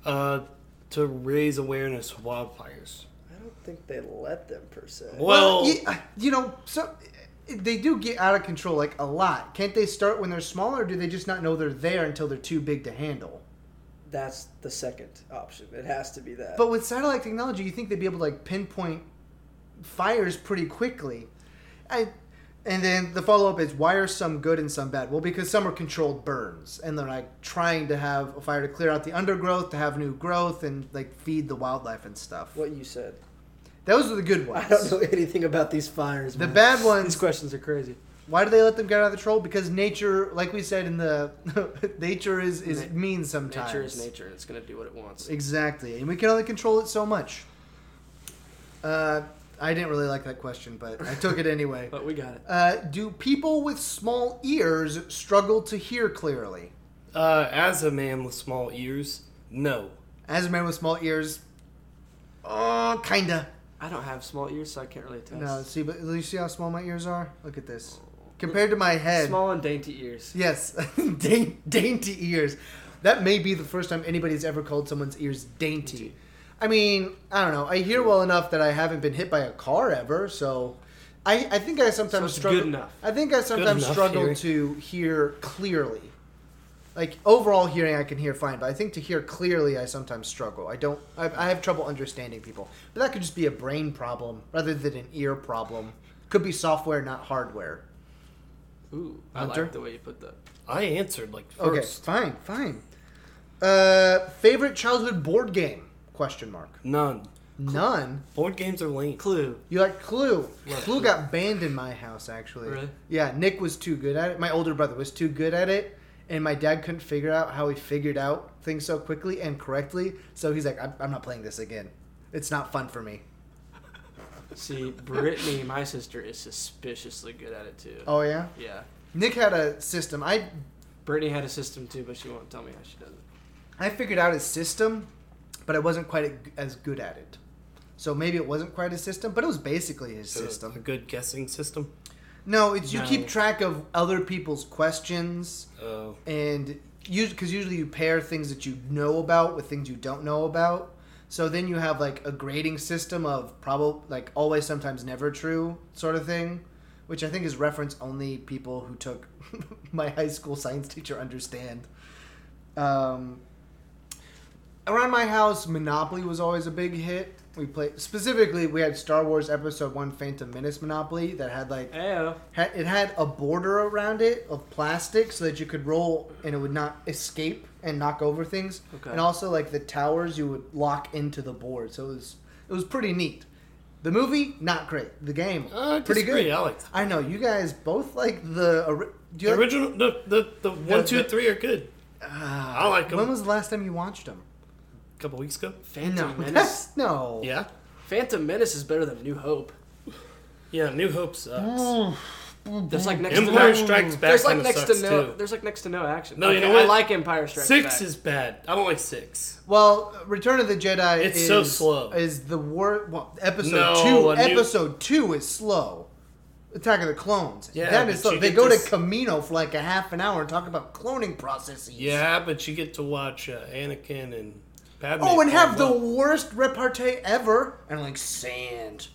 C: Uh, to raise awareness of wildfires.
B: I don't think they let them per se.
C: Well,
A: you, uh, you know, so they do get out of control like a lot. Can't they start when they're smaller? Or do they just not know they're there until they're too big to handle?
B: That's the second option. It has to be that.
A: But with satellite technology, you think they'd be able to like pinpoint fires pretty quickly. I And then the follow up is why are some good and some bad? Well, because some are controlled burns, and they're like trying to have a fire to clear out the undergrowth, to have new growth, and like feed the wildlife and stuff.
E: What you said.
A: Those are the good ones.
E: I don't know anything about these fires.
A: The
E: man.
A: bad ones-
E: These questions are crazy.
A: Why do they let them get out of control? Because nature, like we said in the nature is is
B: Na-
A: mean sometimes.
B: Nature is nature, and it's gonna do what it wants.
A: Exactly, and we can only control it so much. Uh, I didn't really like that question, but I took it anyway.
B: But we got it.
A: Uh, do people with small ears struggle to hear clearly?
C: Uh, as a man with small ears, no.
A: As a man with small ears, oh, kinda.
B: I don't have small ears, so I can't really attest.
A: No, see, but you see how small my ears are? Look at this. Compared to my head.
B: Small and dainty ears.
A: Yes, Dain- dainty ears. That may be the first time anybody's ever called someone's ears dainty. I mean, I don't know. I hear well enough that I haven't been hit by a car ever, so I, I think I sometimes
B: it's
A: struggle.
B: good enough.
A: I think I sometimes
C: enough
A: struggle
C: hearing.
A: to hear clearly. Like overall hearing, I can hear fine, but I think to hear clearly, I sometimes struggle. I don't. I, I have trouble understanding people, but that could just be a brain problem rather than an ear problem. Could be software, not hardware.
B: Ooh, I
A: Hunter?
B: like the way you put that.
C: I answered like
A: Okay,
C: first.
A: fine, fine. Uh, favorite childhood board game? Question mark.
C: None.
A: None.
C: Board games are lame.
B: Clue.
A: You like Clue? Clue got banned in my house, actually.
B: Really?
A: Yeah, Nick was too good at it. My older brother was too good at it, and my dad couldn't figure out how he figured out things so quickly and correctly. So he's like, "I'm, I'm not playing this again. It's not fun for me."
B: See, Brittany, my sister, is suspiciously good at it too.
A: Oh yeah.
B: Yeah.
A: Nick had a system. I
B: Brittany had a system too, but she won't tell me how she does it.
A: I figured out his system, but I wasn't quite as good at it. So maybe it wasn't quite his system, but it was basically his
C: So,
A: system.
C: A good guessing system.
A: No, it's you
B: No.
A: keep track of other people's questions
C: Oh.
A: and you because usually you pair things that you know about with things you don't know about. So then you have like a grading system of probably like always, sometimes, never true sort of thing, which I think is reference only people who took my high school science teacher understand. Um, around my house, Monopoly was always a big hit. We played specifically. We had Star Wars Episode One: Phantom Menace Monopoly that had like
B: Ayo.
A: had, it had a border around it of plastic so that you could roll and it would not escape and knock over things.
B: Okay.
A: And also like the towers you would lock into the board. So it was it was pretty neat. The movie not great. The game
C: Uh,
A: pretty good.
C: I like that.
A: I know you guys both like the ori- do you
C: The
A: like-
C: original, the, the, the one, two,
A: the-
C: and three are good. I like them.
A: When was the last time you watched them?
C: a couple weeks ago.
B: Phantom
A: no,
B: Menace.
A: that's- no.
C: Yeah.
B: Phantom Menace is better than New Hope.
C: Yeah, New Hope sucks.
A: Mm.
B: There's like next
C: Empire
B: to no.
C: Strikes Back
B: There's like
C: kinda
B: next
C: sucks
B: to no.
C: too.
B: There's like next to no action.
C: No, you
B: Okay,
C: know what?
B: I like Empire Strikes
C: Six
B: Back.
C: is bad. I don't like six.
A: Well, Return of the Jedi.
C: It's
A: is,
C: so slow.
A: Is the war well, episode
C: No,
A: two?
C: a new-
A: Episode two is slow. Attack of the Clones.
C: Yeah,
A: that is
C: but
A: slow.
C: you
A: They
C: get
A: go
C: this-
A: to Camino for like a half an hour and talk about cloning processes.
C: Yeah, but you get to watch uh, Anakin and Padme.
A: Oh, and have the
C: fall in love.
A: worst repartee ever. And like sand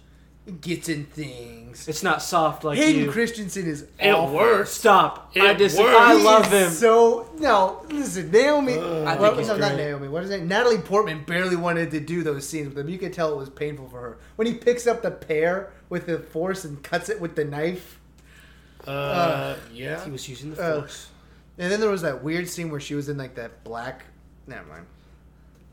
A: It gets in things.
B: It's not soft like
A: Hayden
B: you.
A: Christensen is
C: It
A: awful.
C: works.
B: Stop. I
C: It
B: dis-
C: works.
B: I
A: He
B: love
A: is
B: him.
A: So no, listen, Naomi.
B: I
A: well,
B: think he's
A: no, not
B: great.
A: Naomi. What is it? Natalie Portman barely wanted to do those scenes with him. You could tell it was painful for her when he picks up the pear with the force and cuts it with the knife.
C: Uh, yeah.
B: he was using the
A: Uh,
B: force.
A: And then there was that weird scene where she was in like that black. Never mind.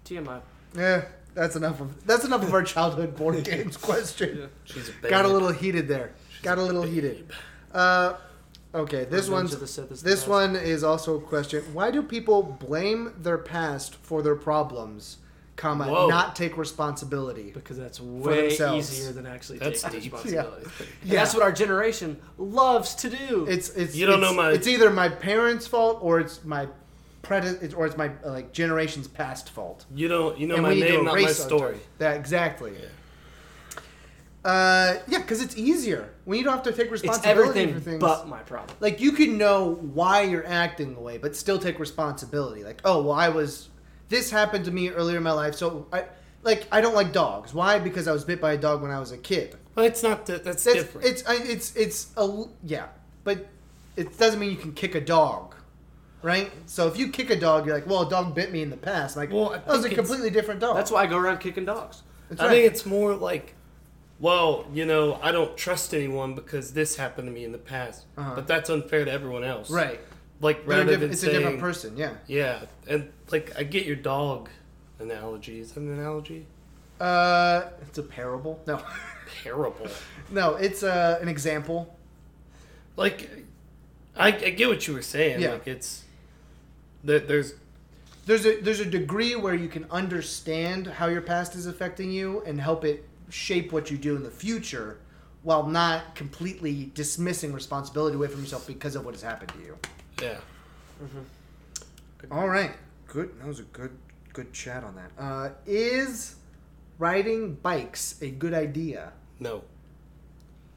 B: TMI.
A: Yeah, that's enough of that's enough of our childhood board games question.
C: She's a
A: Got a
C: babe.
A: little heated there. Got a little heated. Uh, okay, this
B: Revenge
A: one's
B: of the Sith is the
A: this
B: best.
A: one is also a question. Why do people blame their past for their problems, comma
C: Whoa.
A: not take responsibility?
B: Because that's way
A: themselves.
B: easier than actually
C: That's
B: taking
C: deep.
B: responsibility. And
A: Yeah.
B: That's what our generation loves to do.
A: It's it's
C: You don't
A: it's-
C: know my-
A: It's either my parents' fault or it's my prede- it's, or it's my uh, like generation's past fault.
C: You don't. You know
A: And
C: my
A: we need to
C: name, not my
A: erase our
C: story.
A: time. That exactly. Uh, yeah, because it's easier when you don't have to take
B: it's
A: responsibility
B: everything
A: for things.
B: but my problem.
A: like you can know why you're acting the way, but still take responsibility. Like, oh well, I was this happened to me earlier in my life, so I like I don't like dogs. Why? Because I was bit by a dog when I was a kid.
C: Well, it's not. That, that's,
A: That's
C: different.
A: it's I- it's it's a l- yeah, but it doesn't mean you can kick a dog, right? So if you kick a dog, you're like, well, a dog bit me in the past. Like,
C: Well, I
A: that was a
C: think it's-
A: completely different dog.
B: That's why I go around kicking dogs.
A: That's
C: I
A: right.
C: think it's more like well, you know, I don't trust anyone because this happened to me in the past.
A: Uh-huh.
C: But that's unfair to everyone else.
A: Right.
C: Like
A: They're
C: rather
A: diff-
C: than
A: it's
C: saying,
A: a different person. Yeah.
C: Yeah, and like I get your dog analogy. Is that an analogy?
A: Uh, it's a parable. No,
C: Parable.
A: no, it's uh, an example.
C: like, I, I get what you were saying.
A: Yeah.
C: Like it's that there's
A: There's a there's a degree where you can understand how your past is affecting you and help it shape what you do in the future, while not completely dismissing responsibility away from yourself because of what has happened to you.
C: yeah.
A: All right, good. That was a good good chat on that. Uh, is riding bikes a good idea?
C: No.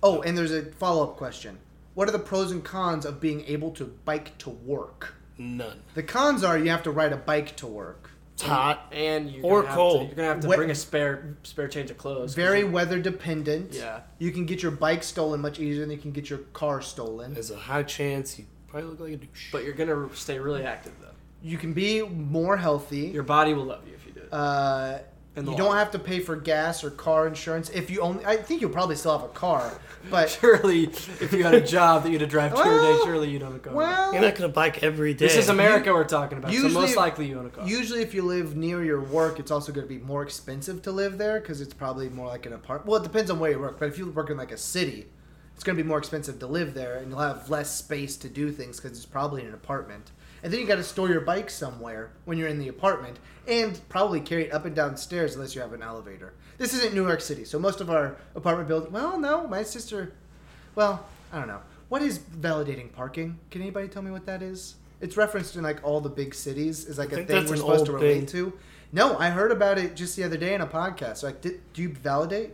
A: Oh, and there's a follow up question. What are the pros and cons of being able to bike to work?
C: None.
A: The cons are you have to ride a bike to work.
C: It's hot.
B: and you're
C: Or
B: gonna have
C: cold.
B: To, you're gonna have to
A: Wet-
B: bring a spare spare change of clothes. 'cause
A: Very
B: you-
A: weather dependent.
B: Yeah.
A: You can get your bike stolen much easier than you can get your car stolen.
C: There's a high chance you probably look like a douche.
B: But you're gonna stay really active though.
A: You can be more healthy.
B: Your body will love you if you do it.
A: Uh,
B: In the
A: you
B: long
A: don't
B: run.
A: have to pay for gas or car insurance if you only. I think you'll probably still have a car, but
B: surely, if you had a job that you had to drive two a day,
A: Well,
B: surely you'd own a car.
C: you're
A: well,
C: not gonna bike every day.
B: this is America we're talking about, so
A: usually-
B: most likely you own a car.
A: usually if you live near your work, it's also going to be more expensive to live there because it's probably more like an apartment. Well, it depends on where you work, but if you work in like a city, it's going to be more expensive to live there, and you'll have less space to do things because it's probably an apartment. And then you got to store your bike somewhere when you're in the apartment, and probably carry it up and down stairs unless you have an elevator. This isn't New York City, so most of our apartment buildings. Well, no, my sister. Well, I don't know. What is validating parking? Can anybody tell me what that is? It's referenced in like all the big cities. Is like
C: I
A: a
C: think
A: thing
C: that's
A: we're
C: an
A: supposed
C: old
A: to relate
C: thing.
A: to. No, I heard about it just the other day in a podcast. Like, did, do you validate?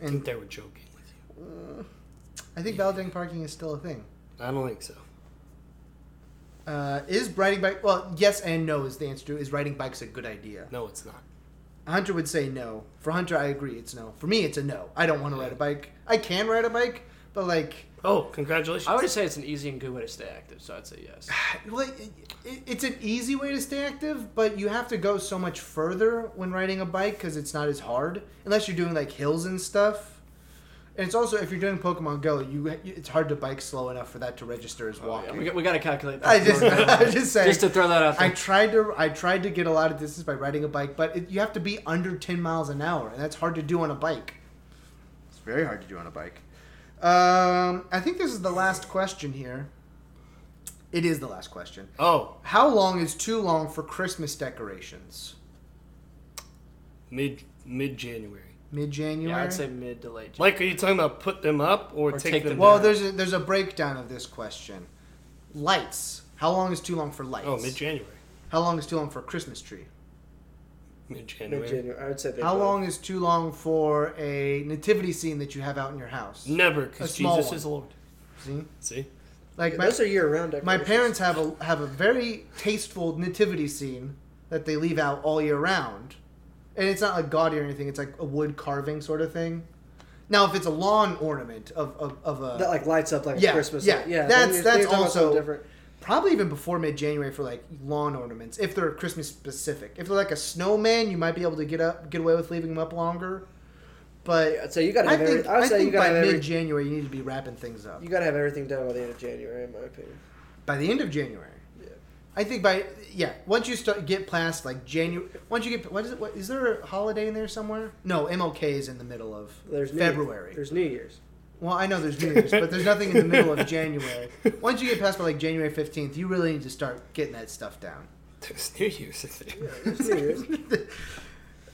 C: I think they were joking with you.
A: I think validating parking is still a thing.
C: I don't think so.
A: Uh, is riding bike? Well, yes and no is the answer to. Is riding bikes a good idea?
C: No, it's not.
A: Hunter would say no. For Hunter, I agree. It's no. For me, it's a no. I don't want to ride a bike. I can ride a bike, but like,
C: Oh, congratulations.
B: I would say it's an easy and good way to stay active, so I'd say yes.
A: well, it, it, it's an easy way to stay active, but you have to go so much further when riding a bike because it's not as hard, unless you're doing like hills and stuff. And it's also if you're doing Pokemon Go, you it's hard to bike slow enough for that to register as
B: Oh, yeah,
A: walking.
B: we, got, we got to calculate that.
A: I just, I just saying.
B: Just to throw that out
A: I
B: there.
A: tried to I tried to get a lot of distance by riding a bike, but it, you have to be under ten miles an hour, and that's hard to do on a bike. It's very hard to do on a bike. Um, I think this is the last question here. It is the last question.
C: oh,
A: How long is too long for Christmas decorations?
C: mid mid January.
A: Mid January.
B: yeah, I'd say mid to late.
C: Like, are you talking about put them up or, take, them?
A: Well,
C: down?
A: there's a, there's a breakdown of this question. Lights. How long is too long for lights?
C: oh, mid January.
A: How long is too long for a Christmas tree?
C: Mid January.
E: Mid-January. I would say they
A: How
E: both.
A: long is too long for a nativity scene that you have out in your house?
C: Never,
A: A
C: because
A: small
C: Jesus
A: one.
C: is Lord.
A: See?
C: See,
A: Like
E: Yeah,
A: my,
E: those are year-round decorations.
A: my parents have a have a very tasteful nativity scene that they leave out all year round. And it's not like gaudy or anything, it's like a wood carving sort of thing. Now if it's a lawn ornament of of, of a
E: Uh, that like lights up like
A: Yeah,
E: a Christmas.
A: yeah.
E: light. yeah.
A: That's-
E: then you're-
A: that's
E: then you're talking about
A: also-
E: something different.
A: probably even before mid January for like lawn ornaments, if they're Christmas specific. If they're like a snowman, you might be able to get up get away with leaving them up longer. But
E: I'd say you gotta
A: I
E: have. every-
A: think,
E: I would
A: I
E: say you
A: think
E: gotta
A: by
E: have every-
A: mid January you need to be wrapping things up.
E: you gotta have everything done by the end of January, in my opinion.
A: by the end of January.
E: Yeah.
A: I think by yeah, once you start get past like January, once you get what is it? What is there a holiday in there somewhere? No, MLK is in the middle of
E: There's New
A: February.
E: There's New Year's.
A: well, I know there's New Year's, but there's nothing in the middle of January. Once you get past by like January fifteenth, you really need to start getting that stuff down.
C: there's New Year's. I think.
E: There's New Year's.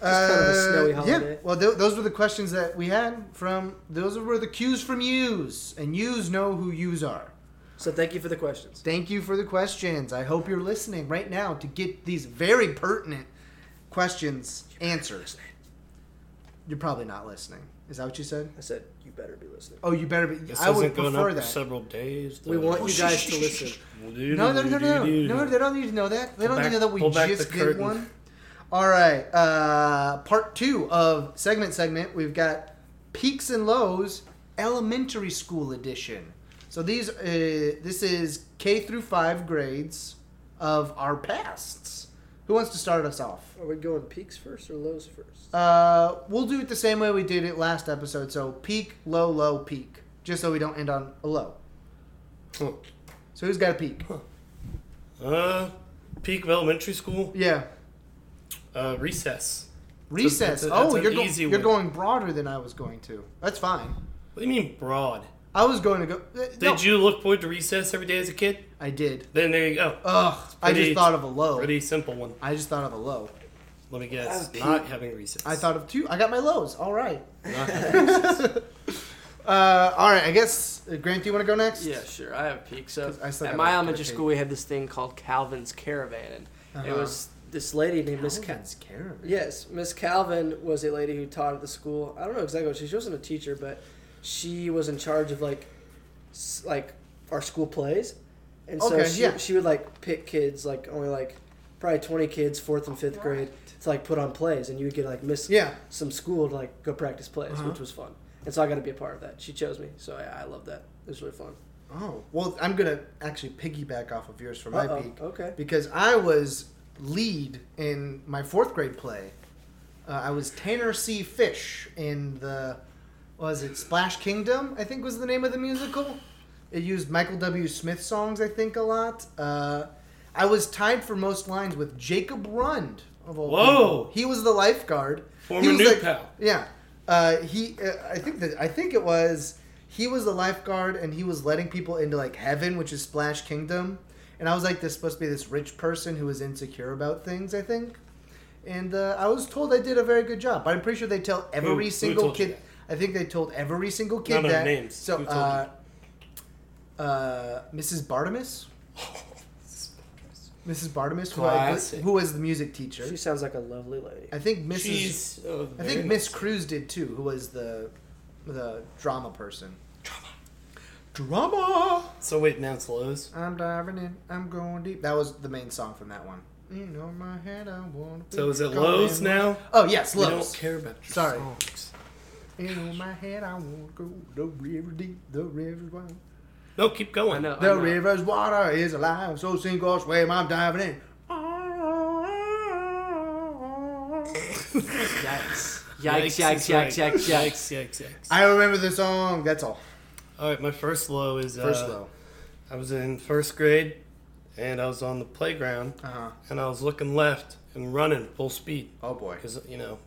A: kind
E: of a snowy
A: Uh, Yeah.
E: holiday.
A: Well, th- those were the questions that we had from. Those were the cues from yous, and yous know who yous are.
E: So thank you for the questions.
A: Thank you for the questions. I hope you're listening right now to get these very pertinent questions answered. You're probably not listening. Is that what you said?
E: I said you better be listening.
A: Oh, you better be.
C: This
A: I would
C: isn't going
A: prefer
C: up
A: that.
C: for several days.
B: oh,
E: We want you guys to listen.
A: no, no, no, no, no. They don't need to know that. They
C: Pull
A: don't need to
C: back-
A: know that we
C: pull back
A: just
C: the
A: did
C: curtain.
A: one. All right. Uh, part two of segment segment. We've got peaks and lows, elementary school edition. So these, uh, this is K through five grades of our pasts. Who wants to start us off?
E: Are we going peaks first or lows first?
A: Uh, we'll do it the same way we did it last episode. So peak, low, low, peak. Just so we don't end on a low. So who's got a peak?
C: Uh, peak of elementary school.
A: Yeah.
C: Uh, recess.
A: Recess.
C: That's a- that's
A: oh,
C: an
A: you're, go-
C: easy
A: you're
C: one.
A: going broader than I was going to. That's fine.
C: What do you mean broad?
A: I was going to go. uh,
C: Did
A: no,
C: you look forward to recess every day as a kid?
A: I did.
C: Then there you go.
A: Ugh. I just
C: pretty-
A: thought of a low.
C: Pretty simple one.
A: I just thought of a low.
C: Let me guess. Not having recess.
A: I thought of two. I got my lows. All right.
C: Not having recess.
A: Uh, all right. I guess uh, Grant, do you want to go next?
B: Yeah, sure. I have a peak. So
A: 'Cause I still
B: at
A: got
B: my
A: a-
B: elementary
A: okay.
B: school, we had this thing called Calvin's Caravan, and it
A: Uh-huh.
B: was this lady named Miss Calvin.
A: Calvin's caravan.
E: Yes, Miss Calvin was a lady who taught at the school. I don't know exactly what she, she wasn't a teacher, but she was in charge of like, s- like our school plays, and so
A: Okay,
E: she,
A: yeah.
E: she would like pick kids, like only like probably twenty kids, fourth and fifth grade, to like put on plays, and you would get like miss
A: Yeah. Uh-huh.
E: some school to like go practice plays, which was fun. And so I got to be a part of that. She chose me, so I, I love that. It was really fun.
A: Oh well, I'm gonna actually piggyback off of yours for my
E: Uh-oh,
A: peak
E: Okay.
A: because I was lead in my fourth grade play. Uh, I was Tanner C. Fish in the was it Splash Kingdom? I think was the name of the musical. It used Michael W. Smith songs, I think, a lot. Uh, I was tied for most lines with Jacob Rund of all
C: Whoa.
A: people. He was the lifeguard.
C: Former
A: he was
C: new
A: like-
C: pal.
A: Yeah. Uh, he, uh, I think that I think it was he was the lifeguard and he was letting people into like heaven, which is Splash Kingdom. And I was like, this supposed to be this rich person who was insecure about things. I think, and uh, I was told I did a very good job. But I'm pretty sure they tell every
C: who
A: single
C: told you
A: kid.
C: that?
A: I think they told every single kid
C: None of
A: that.
C: names.
A: So,
C: Who told
A: uh, uh, Mrs. Bartimus, Mrs. Bartimus, who, I,
C: Classic.
A: who was the music teacher.
E: She sounds like a lovely lady.
A: I think Mrs.
C: She's, uh,
A: I
C: very
A: think Miss
C: nice.
A: Cruz did too, who was the the drama person. Drama. Drama.
C: So wait, now it's Lowe's.
A: I'm diving in. I'm going deep. That was the main song from that one. In on my head, I wanna be
C: So is it
A: gone.
C: Lowe's now?
A: Oh yes,
C: We don't
A: Lowe's.
C: care about your
A: Sorry.
C: songs.
A: In on my head, I want to go the river deep, the river's wide.
C: No, keep going.
B: I know. I
A: The
B: know.
A: river's water is alive, so sink or swim. I'm diving in.
B: Yikes! Yikes!
C: is
B: Yikes! Yikes!
C: right.
B: Yikes! Yikes!
C: Yikes! Yikes! Yikes!
A: I remember the song. That's all.
C: All right, my first low is uh,
A: First low.
C: I was in first grade, and I was on the playground,
A: Uh huh.
C: and I was looking left and running full speed
A: Oh boy.
C: because you know,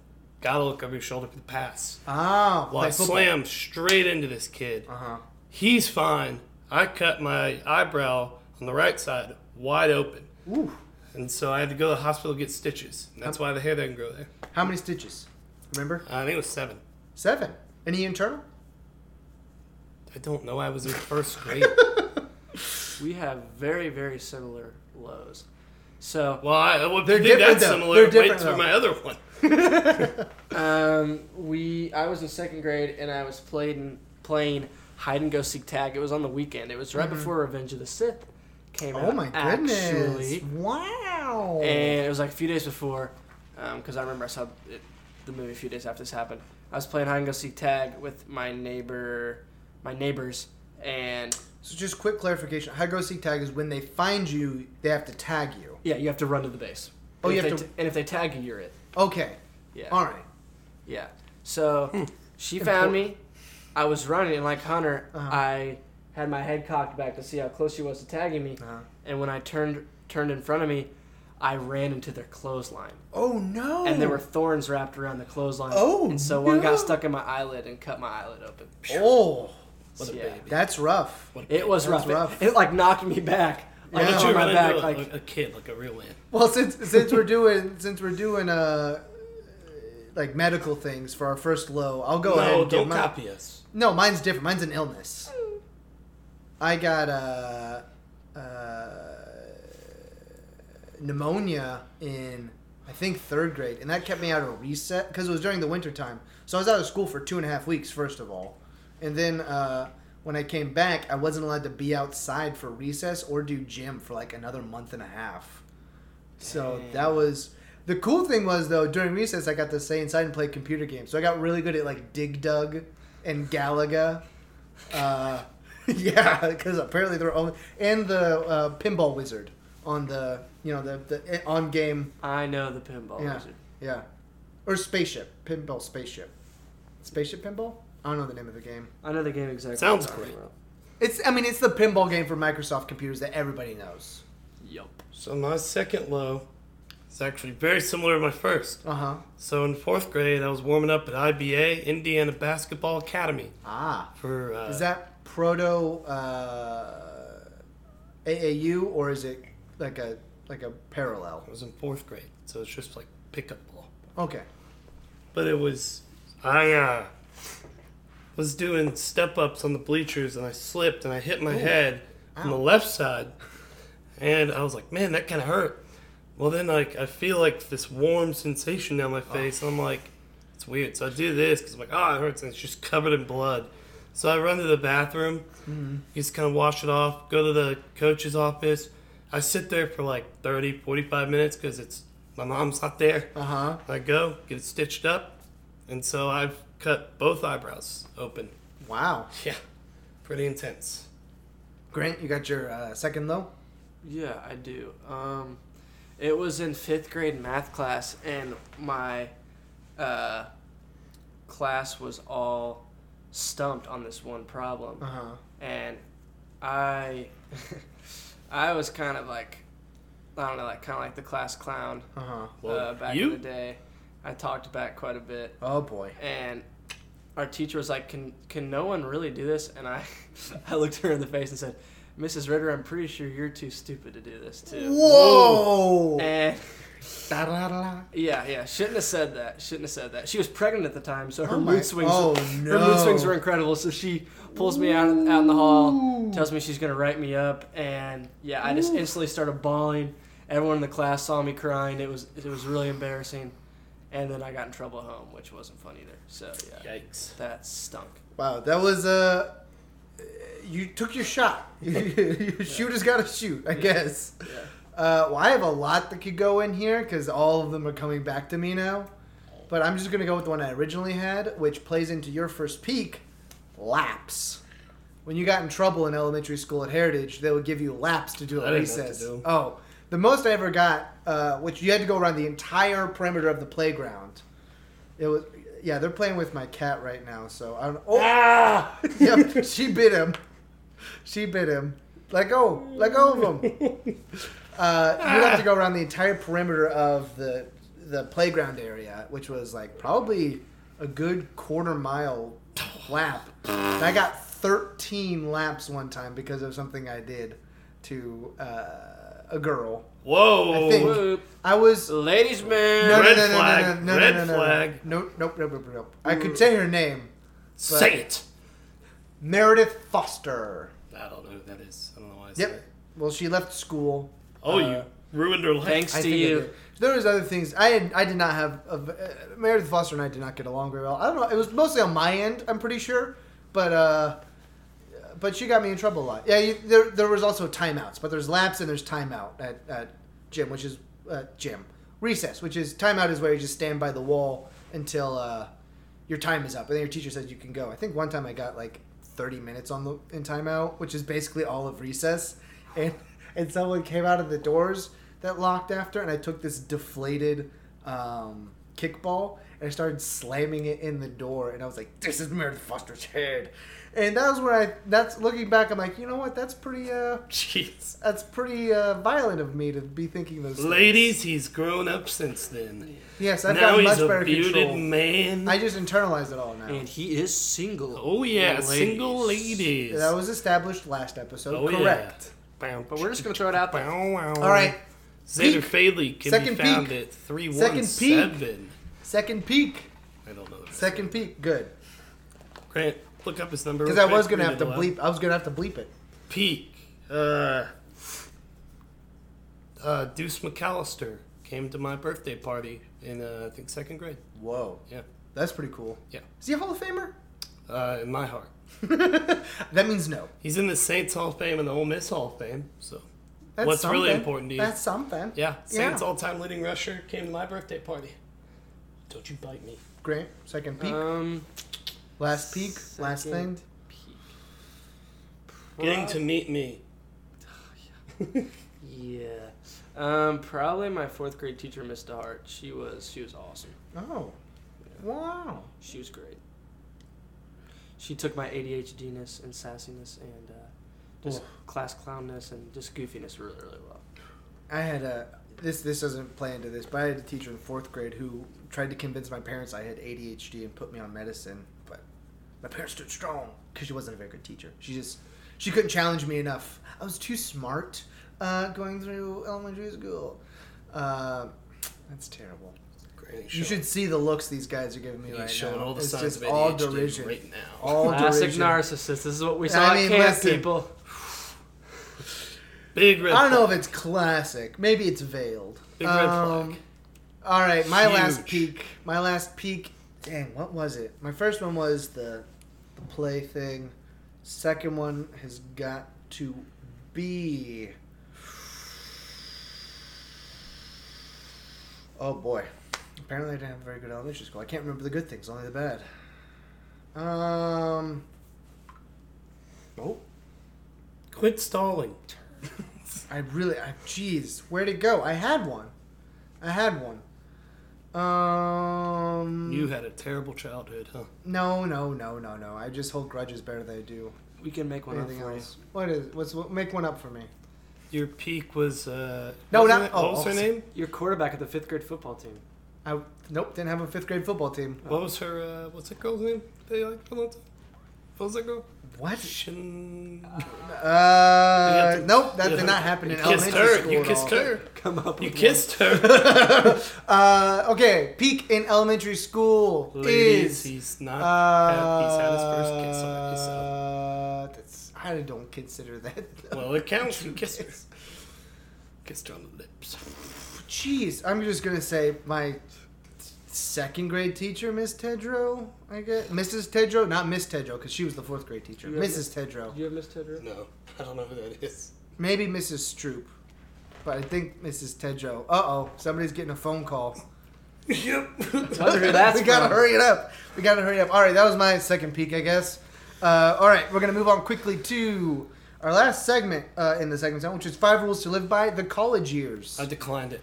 C: gotta look over your shoulder for the pass.
A: Ah.
C: Well, I slammed straight into this kid.
A: Uh huh.
C: He's fine. I cut my eyebrow on the right side wide open,
A: Ooh.
C: and so I had to go to the hospital to get stitches. And that's why the hair doesn't grow there. Uh,
A: How many stitches? Remember?
C: I think it was seven.
A: Seven. Any internal?
C: I don't know. I was in first grade.
B: We have very very similar lows. So
C: well, I, well
A: They're
C: They're think
A: different,
C: that's
A: though.
C: similar.
A: They're
C: Wait
A: different,
C: for
A: though.
C: my other one.
A: Oh
B: um, we I was in second grade and I was playing playing hide and go seek tag. It was on the weekend. It was right before Revenge of the Sith came out.
A: Mm-hmm. Oh my goodness.
B: Actually,
A: Wow.
B: and it was like a few days before, because I remember I saw it, the movie a few days after this happened. I was playing hide and go seek tag with my neighbor, my neighbors, and
A: so just quick clarification. High go seek tag is when they find you, they have to tag you.
B: yeah, you have to run to the base.
A: Oh,
B: And
A: you
B: if
A: have
B: they
A: to-
B: t- and if they tag you, you're it.
A: Okay.
B: Yeah.
A: All right.
B: Yeah.
A: Hmm.
B: So she found me. I was running, and like Hunter,
A: Uh-huh.
B: I had my head cocked back to see how close she was to tagging me.
A: Uh-huh.
B: And when I turned turned in front of me, I ran into their clothesline,
A: Oh no.
B: and there were thorns wrapped around the clothesline.
A: Oh,
B: And so one
A: no.
B: got stuck in my eyelid and cut my eyelid open.
A: Oh,
C: What a
B: Yeah.
C: baby.
A: that's rough.
C: What a
B: It was
A: That's
B: rough.
A: rough.
B: It, it, like knocked me back,
A: Yeah.
C: But
B: like
A: But
B: on
C: you
B: my
C: run
B: back,
C: into
B: like
C: a, a kid, like a real man.
A: Well, since since we're doing since we're doing uh like medical things for our first low, I'll go ahead.
C: no,
A: and do
C: don't
A: mine.
C: copy us.
A: No, mine's different. Mine's an illness. I got uh, uh, pneumonia in I think third grade, and that kept me out of reset because it was during the winter time. So I was out of school for two and a half weeks, first of all, and then uh, when I came back, I wasn't allowed to be outside for recess or do gym for like another month and a half. So that was the cool thing was though during recess I got to stay inside and play computer games. So I got really good at like Dig Dug and Galaga. Uh, yeah, because apparently they're only and the uh, Pinball Wizard on the you know the the eh, on game
B: I know the pinball
A: Yeah.
B: wizard.
A: yeah, or spaceship pinball spaceship, spaceship pinball. I don't know the name of the game.
B: I know the game exactly.
C: Sounds
B: what you're
C: great.
B: talking about.
A: It's I mean it's the pinball game for Microsoft computers that everybody knows.
B: Yup.
C: So my second low is actually very similar to my first.
A: Uh huh.
C: So in fourth grade, I was warming up at IBA, Indiana Basketball Academy,
A: Ah,
C: for uh,
A: is that proto uh, AAU or is it like a like a parallel?
C: I was in fourth grade, so it's just like pickup ball.
A: Okay.
C: But it was I uh, was doing step ups on the bleachers and I slipped and I hit my head on the left side, and I was like, man, that kind of hurt. Well, then like I feel like this warm sensation down my face, and I'm like, it's weird. So I do this because I'm like, oh, it hurts, and it's just covered in blood. So I run to the bathroom, just kind of wash it off, go to the coach's office. I sit there for like 30, 45 minutes because it's my mom's not there.
A: Uh huh.
C: I go, get it stitched up, and so I've cut both eyebrows open.
A: Wow.
C: Yeah, pretty intense.
A: Grant, you got your uh, second low.
B: Yeah, I do. Um, it was in fifth grade math class, and my uh, class was all stumped on this one problem.
A: Uh huh.
B: and I I was kind of like I don't know, like kind of like the class clown
A: Uh huh.
B: uh, back
C: you?
B: in the day. I talked back quite a bit,
A: Oh boy.
B: and our teacher was like, "Can can no one really do this?" And I I looked her in the face and said, "Mrs. Ritter, I'm pretty sure you're too stupid to do this too."
A: Whoa.
B: And
A: Da-da-da-da.
B: yeah, yeah, shouldn't have said that. Shouldn't have said that. She was pregnant at the time, so her
A: Oh my-
B: mood swings.
A: oh,
B: Her mood swings
A: no.
B: were incredible. So she pulls me out out in the hall, tells me she's gonna write me up, and yeah, I just instantly started bawling. Everyone in the class saw me crying. It was it was really embarrassing, and then I got in trouble at home, which wasn't fun either. So yeah,
C: Yikes.
B: that stunk.
A: Wow, that was uh, you took your shot. Your Shooter's got to shoot, I guess. Uh, well, I have a lot that could go in here because all of them are coming back to me now. But I'm just gonna go with the one I originally had, which plays into your first peak, laps. When you got in trouble in elementary school at Heritage, they would give you laps to do
C: I
A: at
C: didn't know what to
A: recess.
C: do.
A: Oh, the most I ever got, uh, which you had to go around the entire perimeter of the playground. It was yeah, they're playing with my cat right now, so I don't. Oh,
C: Ah!
A: yep, she bit him. She bit him. Let go, let go of him. Uh, you have to go around the entire perimeter of the the playground area, which was like probably a good quarter mile lap. And I got 13 laps one time because of something I did to uh, a girl.
C: Whoa.
A: I think-
B: Whoop.
A: I was
B: Ladies, man.
A: no,
C: Red
A: no, no,
C: flag,
A: No, no, no, no,
C: red
A: no, no, no,
C: flag.
A: No, nope, nope, nope, nope. I could say her name.
C: Say it.
A: Meredith Foster.
C: I don't know who that is. I don't know why I said
A: Yep.
C: it.
A: Well, she left school.
C: Oh,
A: Uh,
C: you ruined her life.
B: Thanks
A: I
B: to
A: think I
B: you.
A: did. There was other things. I had, I did not have a, v- uh, Meredith Foster and I did not get along very well. I don't know. It was mostly on my end. I'm pretty sure, but uh, but she got me in trouble a lot. Yeah. You, there there was also timeouts, but there's laps and there's timeout at, at gym, which is uh, gym recess, which is timeout is where you just stand by the wall until uh, your time is up, and then your teacher says you can go. I think one time I got like 30 minutes on the in timeout, which is basically all of recess, and and someone came out of the doors that locked after, and I took this deflated um, kickball and I started slamming it in the door, and I was like, "This is Meredith Foster's head," and that was where I. That's looking back, I'm like, you know what? That's pretty. Uh,
C: Jeez.
A: that's pretty uh, violent of me to be thinking those. things.
C: Ladies, he's grown up since then.
A: yes, I've
C: now
A: got
C: he's
A: much
C: a
A: better
C: bearded
A: control.
C: man.
A: I just internalized it all now.
B: And he is single.
C: oh, yeah,
B: Ladies.
C: single ladies.
A: That was established last episode.
C: oh,
A: Correct.
C: Yeah.
B: But we're just gonna throw it out there.
C: Bow, wow.
A: All right.
C: Xander
A: Peak.
C: Fadley can
A: Second
C: be found
A: peak.
C: at 317.
A: Second peak.
C: I don't know. that.
A: Second peak. Good.
C: Grant, look up his number.
A: Because
C: real
A: I was
C: quick.
A: gonna have
C: Read
A: to
C: it aloud.
A: bleep. I was gonna have to bleep it.
C: peak. Uh, uh, Deuce McAllister came to my birthday party in uh, I think second grade.
A: Whoa.
C: Yeah,
A: That's pretty cool.
C: Yeah.
A: Is he a Hall of Famer?
C: uh, in my heart.
A: that means no.
C: He's in the Saints Hall of Fame and the Ole Miss Hall of Fame. So
A: That's
C: What's really
A: something.
C: important to you?
A: That's something.
C: yeah, Saints
A: Yeah.
C: all-time leading rusher came to my birthday party. Don't you bite me.
A: Great. Second peak.
B: Um,
A: last peak. Last thing.
B: second peak.
C: Getting to meet me.
B: Yeah. Um, probably my fourth grade teacher, Miss DeHart. She was she was awesome.
A: Oh, wow.
B: She was great. She took my ADHDness and sassiness and uh, just class clownness and just goofiness really, really well.
A: I had a this this doesn't play into this, but I had a teacher in fourth grade who tried to convince my parents I had ADHD and put me on medicine, but my parents stood strong because she wasn't a very good teacher. She just she couldn't challenge me enough. I was too smart uh, going through elementary school. Uh, that's terrible.
C: Granny
A: You should see the looks these guys are giving me
C: He's
A: right
C: showing
A: now.
C: all the
A: it's
C: signs
A: just
C: of ADHD
A: all derision.
C: right now.
A: All
B: Classic
A: derision.
B: narcissist. This is what we
A: I
B: saw
A: mean,
B: at camp,
A: listen.
B: people.
C: Big red.
A: I don't know if
C: flag.
A: it's classic. Maybe it's veiled.
C: Big red
A: Um,
C: flag.
A: All right, my last
C: Huge.
A: peak. My last peak. Dang, what was it? My first one was the the play thing. Second one has got to be. Oh boy. Apparently, I didn't have a very good elementary school. I can't remember the good things, only the bad. Um. Oh,
C: Quit stalling.
A: I really, I, jeez, where'd it go? I had one. I had one. Um.
C: You had a terrible childhood, huh?
A: No, no, no, no, no. I just hold grudges better than I do
B: We can make one up
A: anything
B: for
A: else. What is? What's? What, make one up for me.
C: Your peak was. Uh,
A: No,
C: what was
A: not-
C: her-
A: oh,
C: What was her
A: oh,
C: name?
B: you. Your quarterback of the fifth grade football team.
A: I nope didn't have a fifth grade football team.
C: What was her? Uh, what's that girl's name? That you liked for a long time? What was that girl?
A: What?
C: Shin.
A: Uh,
C: to-
A: nope, that
C: you
A: did
C: have
A: not
C: to-
A: happen in
C: you kissed
A: elementary
C: her.
A: school.
C: You
A: at
C: kissed
A: all.
C: her.
B: Come up.
C: You
B: with
C: kissed her.
A: Uh, okay, peak in elementary school
C: Ladies,
A: is.
C: he's not. had- he's had his first kiss on his own.
A: Uh, that's I don't consider that.
C: Well, it counts. You kissed her. Kissed her on the lips.
A: Jeez, I'm just gonna say my second grade teacher, Miss Tedrow. I guess Mrs. Tedrow, not Miss Tedrow, because she was the fourth grade teacher.
B: You have-
A: Mrs. Tedrow,
B: Did you have Miss Tedrow?
C: No, I don't know who that is.
A: maybe Mrs. Stroop, but I think Mrs. Tedrow. Uh oh, somebody's getting a phone call.
C: Yep.
B: Wonder who that's
A: we gotta
B: from.
A: hurry it up. We gotta hurry up. All right, that was my second peek, I guess. Uh, all right, we're gonna move on quickly to our last segment uh, in the segment zone, which is five rules to live by: the college years.
C: I declined it.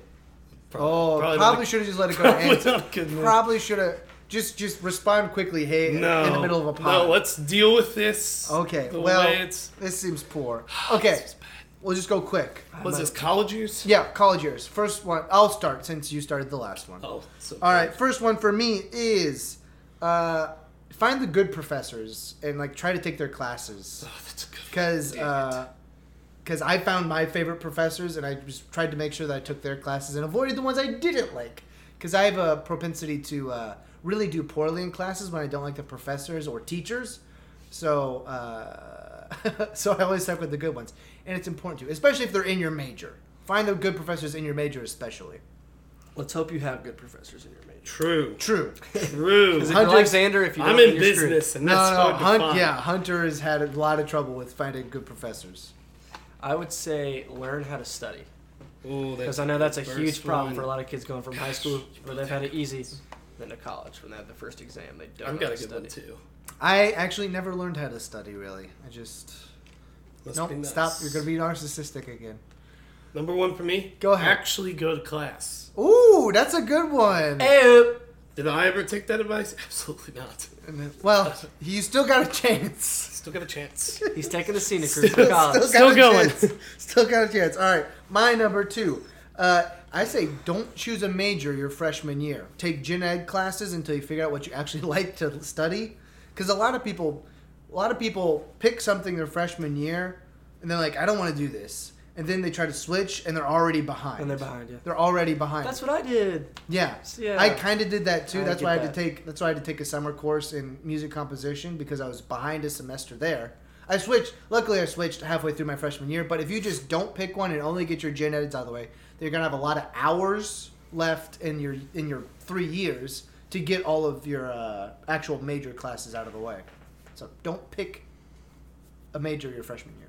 A: oh, probably,
C: not a-
A: should have just let it go. to
C: Probably
A: Ant.
C: not a good move.
A: probably should have just just respond quickly hey
C: no.
A: in the middle of a pod
C: No, let's deal with this.
A: okay
C: The
A: well
C: way it's.
A: this seems poor okay we'll just go quick
C: Was this college years?
A: yeah college years first one i'll start since you started the last one
C: Oh, so
A: all right first one for me is uh, find the good professors and like try to take their classes
C: Oh, that's a good one.
A: because
C: Damn it.
A: because I found my favorite professors and I just tried to make sure that I took their classes and avoided the ones I didn't like because I have a propensity to uh, really do poorly in classes when I don't like the professors or teachers. So uh, so I always stuck with the good ones, and it's important to, especially if they're in your major. Find the good professors in your major, especially.
B: Let's hope you have good professors in your major.
C: True.
A: True.
C: True.
B: Is it
A: Hundred-
B: like Xander? If you don't,
C: I'm in
B: then you're screwed.
C: business, and
A: No,
C: that's
A: no,
C: hard to
A: Hunt,
C: find.
A: yeah, Hunter has had a lot of trouble with finding good professors.
B: I would say learn how to study.
C: Ooh,
B: Because I know that's a huge problem for a
C: lot.
B: lot of kids going from high school where they've had it easy, then to college when they have the first exam they don't.
C: I've
B: know how
C: got
B: to
C: a good one
B: study.
C: too.
A: I actually never learned how to study, really. I just.
C: Must
A: No,
C: be nice.
A: stop. You're going to be narcissistic again.
C: number one for me.
A: Go ahead.
C: Actually, go to class.
A: Ooh, that's a good one.
B: Ew.
C: Did I ever take that advice? Absolutely not.
A: And then- Well, you still got a chance.
C: Still got a chance.
B: He's taking the scenic route to college.
C: Still
A: a
C: going.
A: chance. Still got a chance. All right, my number two. Uh, I say don't choose a major your freshman year. Take gen ed classes until you figure out what you actually like to study. Because a lot of people, a lot of people pick something their freshman year, and they're like, I don't want to do this, and then they try to switch, and they're already behind.
B: And they're behind you.
A: They're already behind.
B: That's what I did.
A: Yeah.
B: So, yeah.
A: I kind of did that too.
B: I
A: that's
B: get
A: why I had
B: that.
A: to take that's why I had to take a summer course in music composition because I was behind a semester there. I switched. Luckily, I switched halfway through my freshman year. But if you just don't pick one and only get your gen eds out of the way, then you're gonna have a lot of hours left in your in your three years to get all of your uh, actual major classes out of the way. So don't pick a major your freshman year.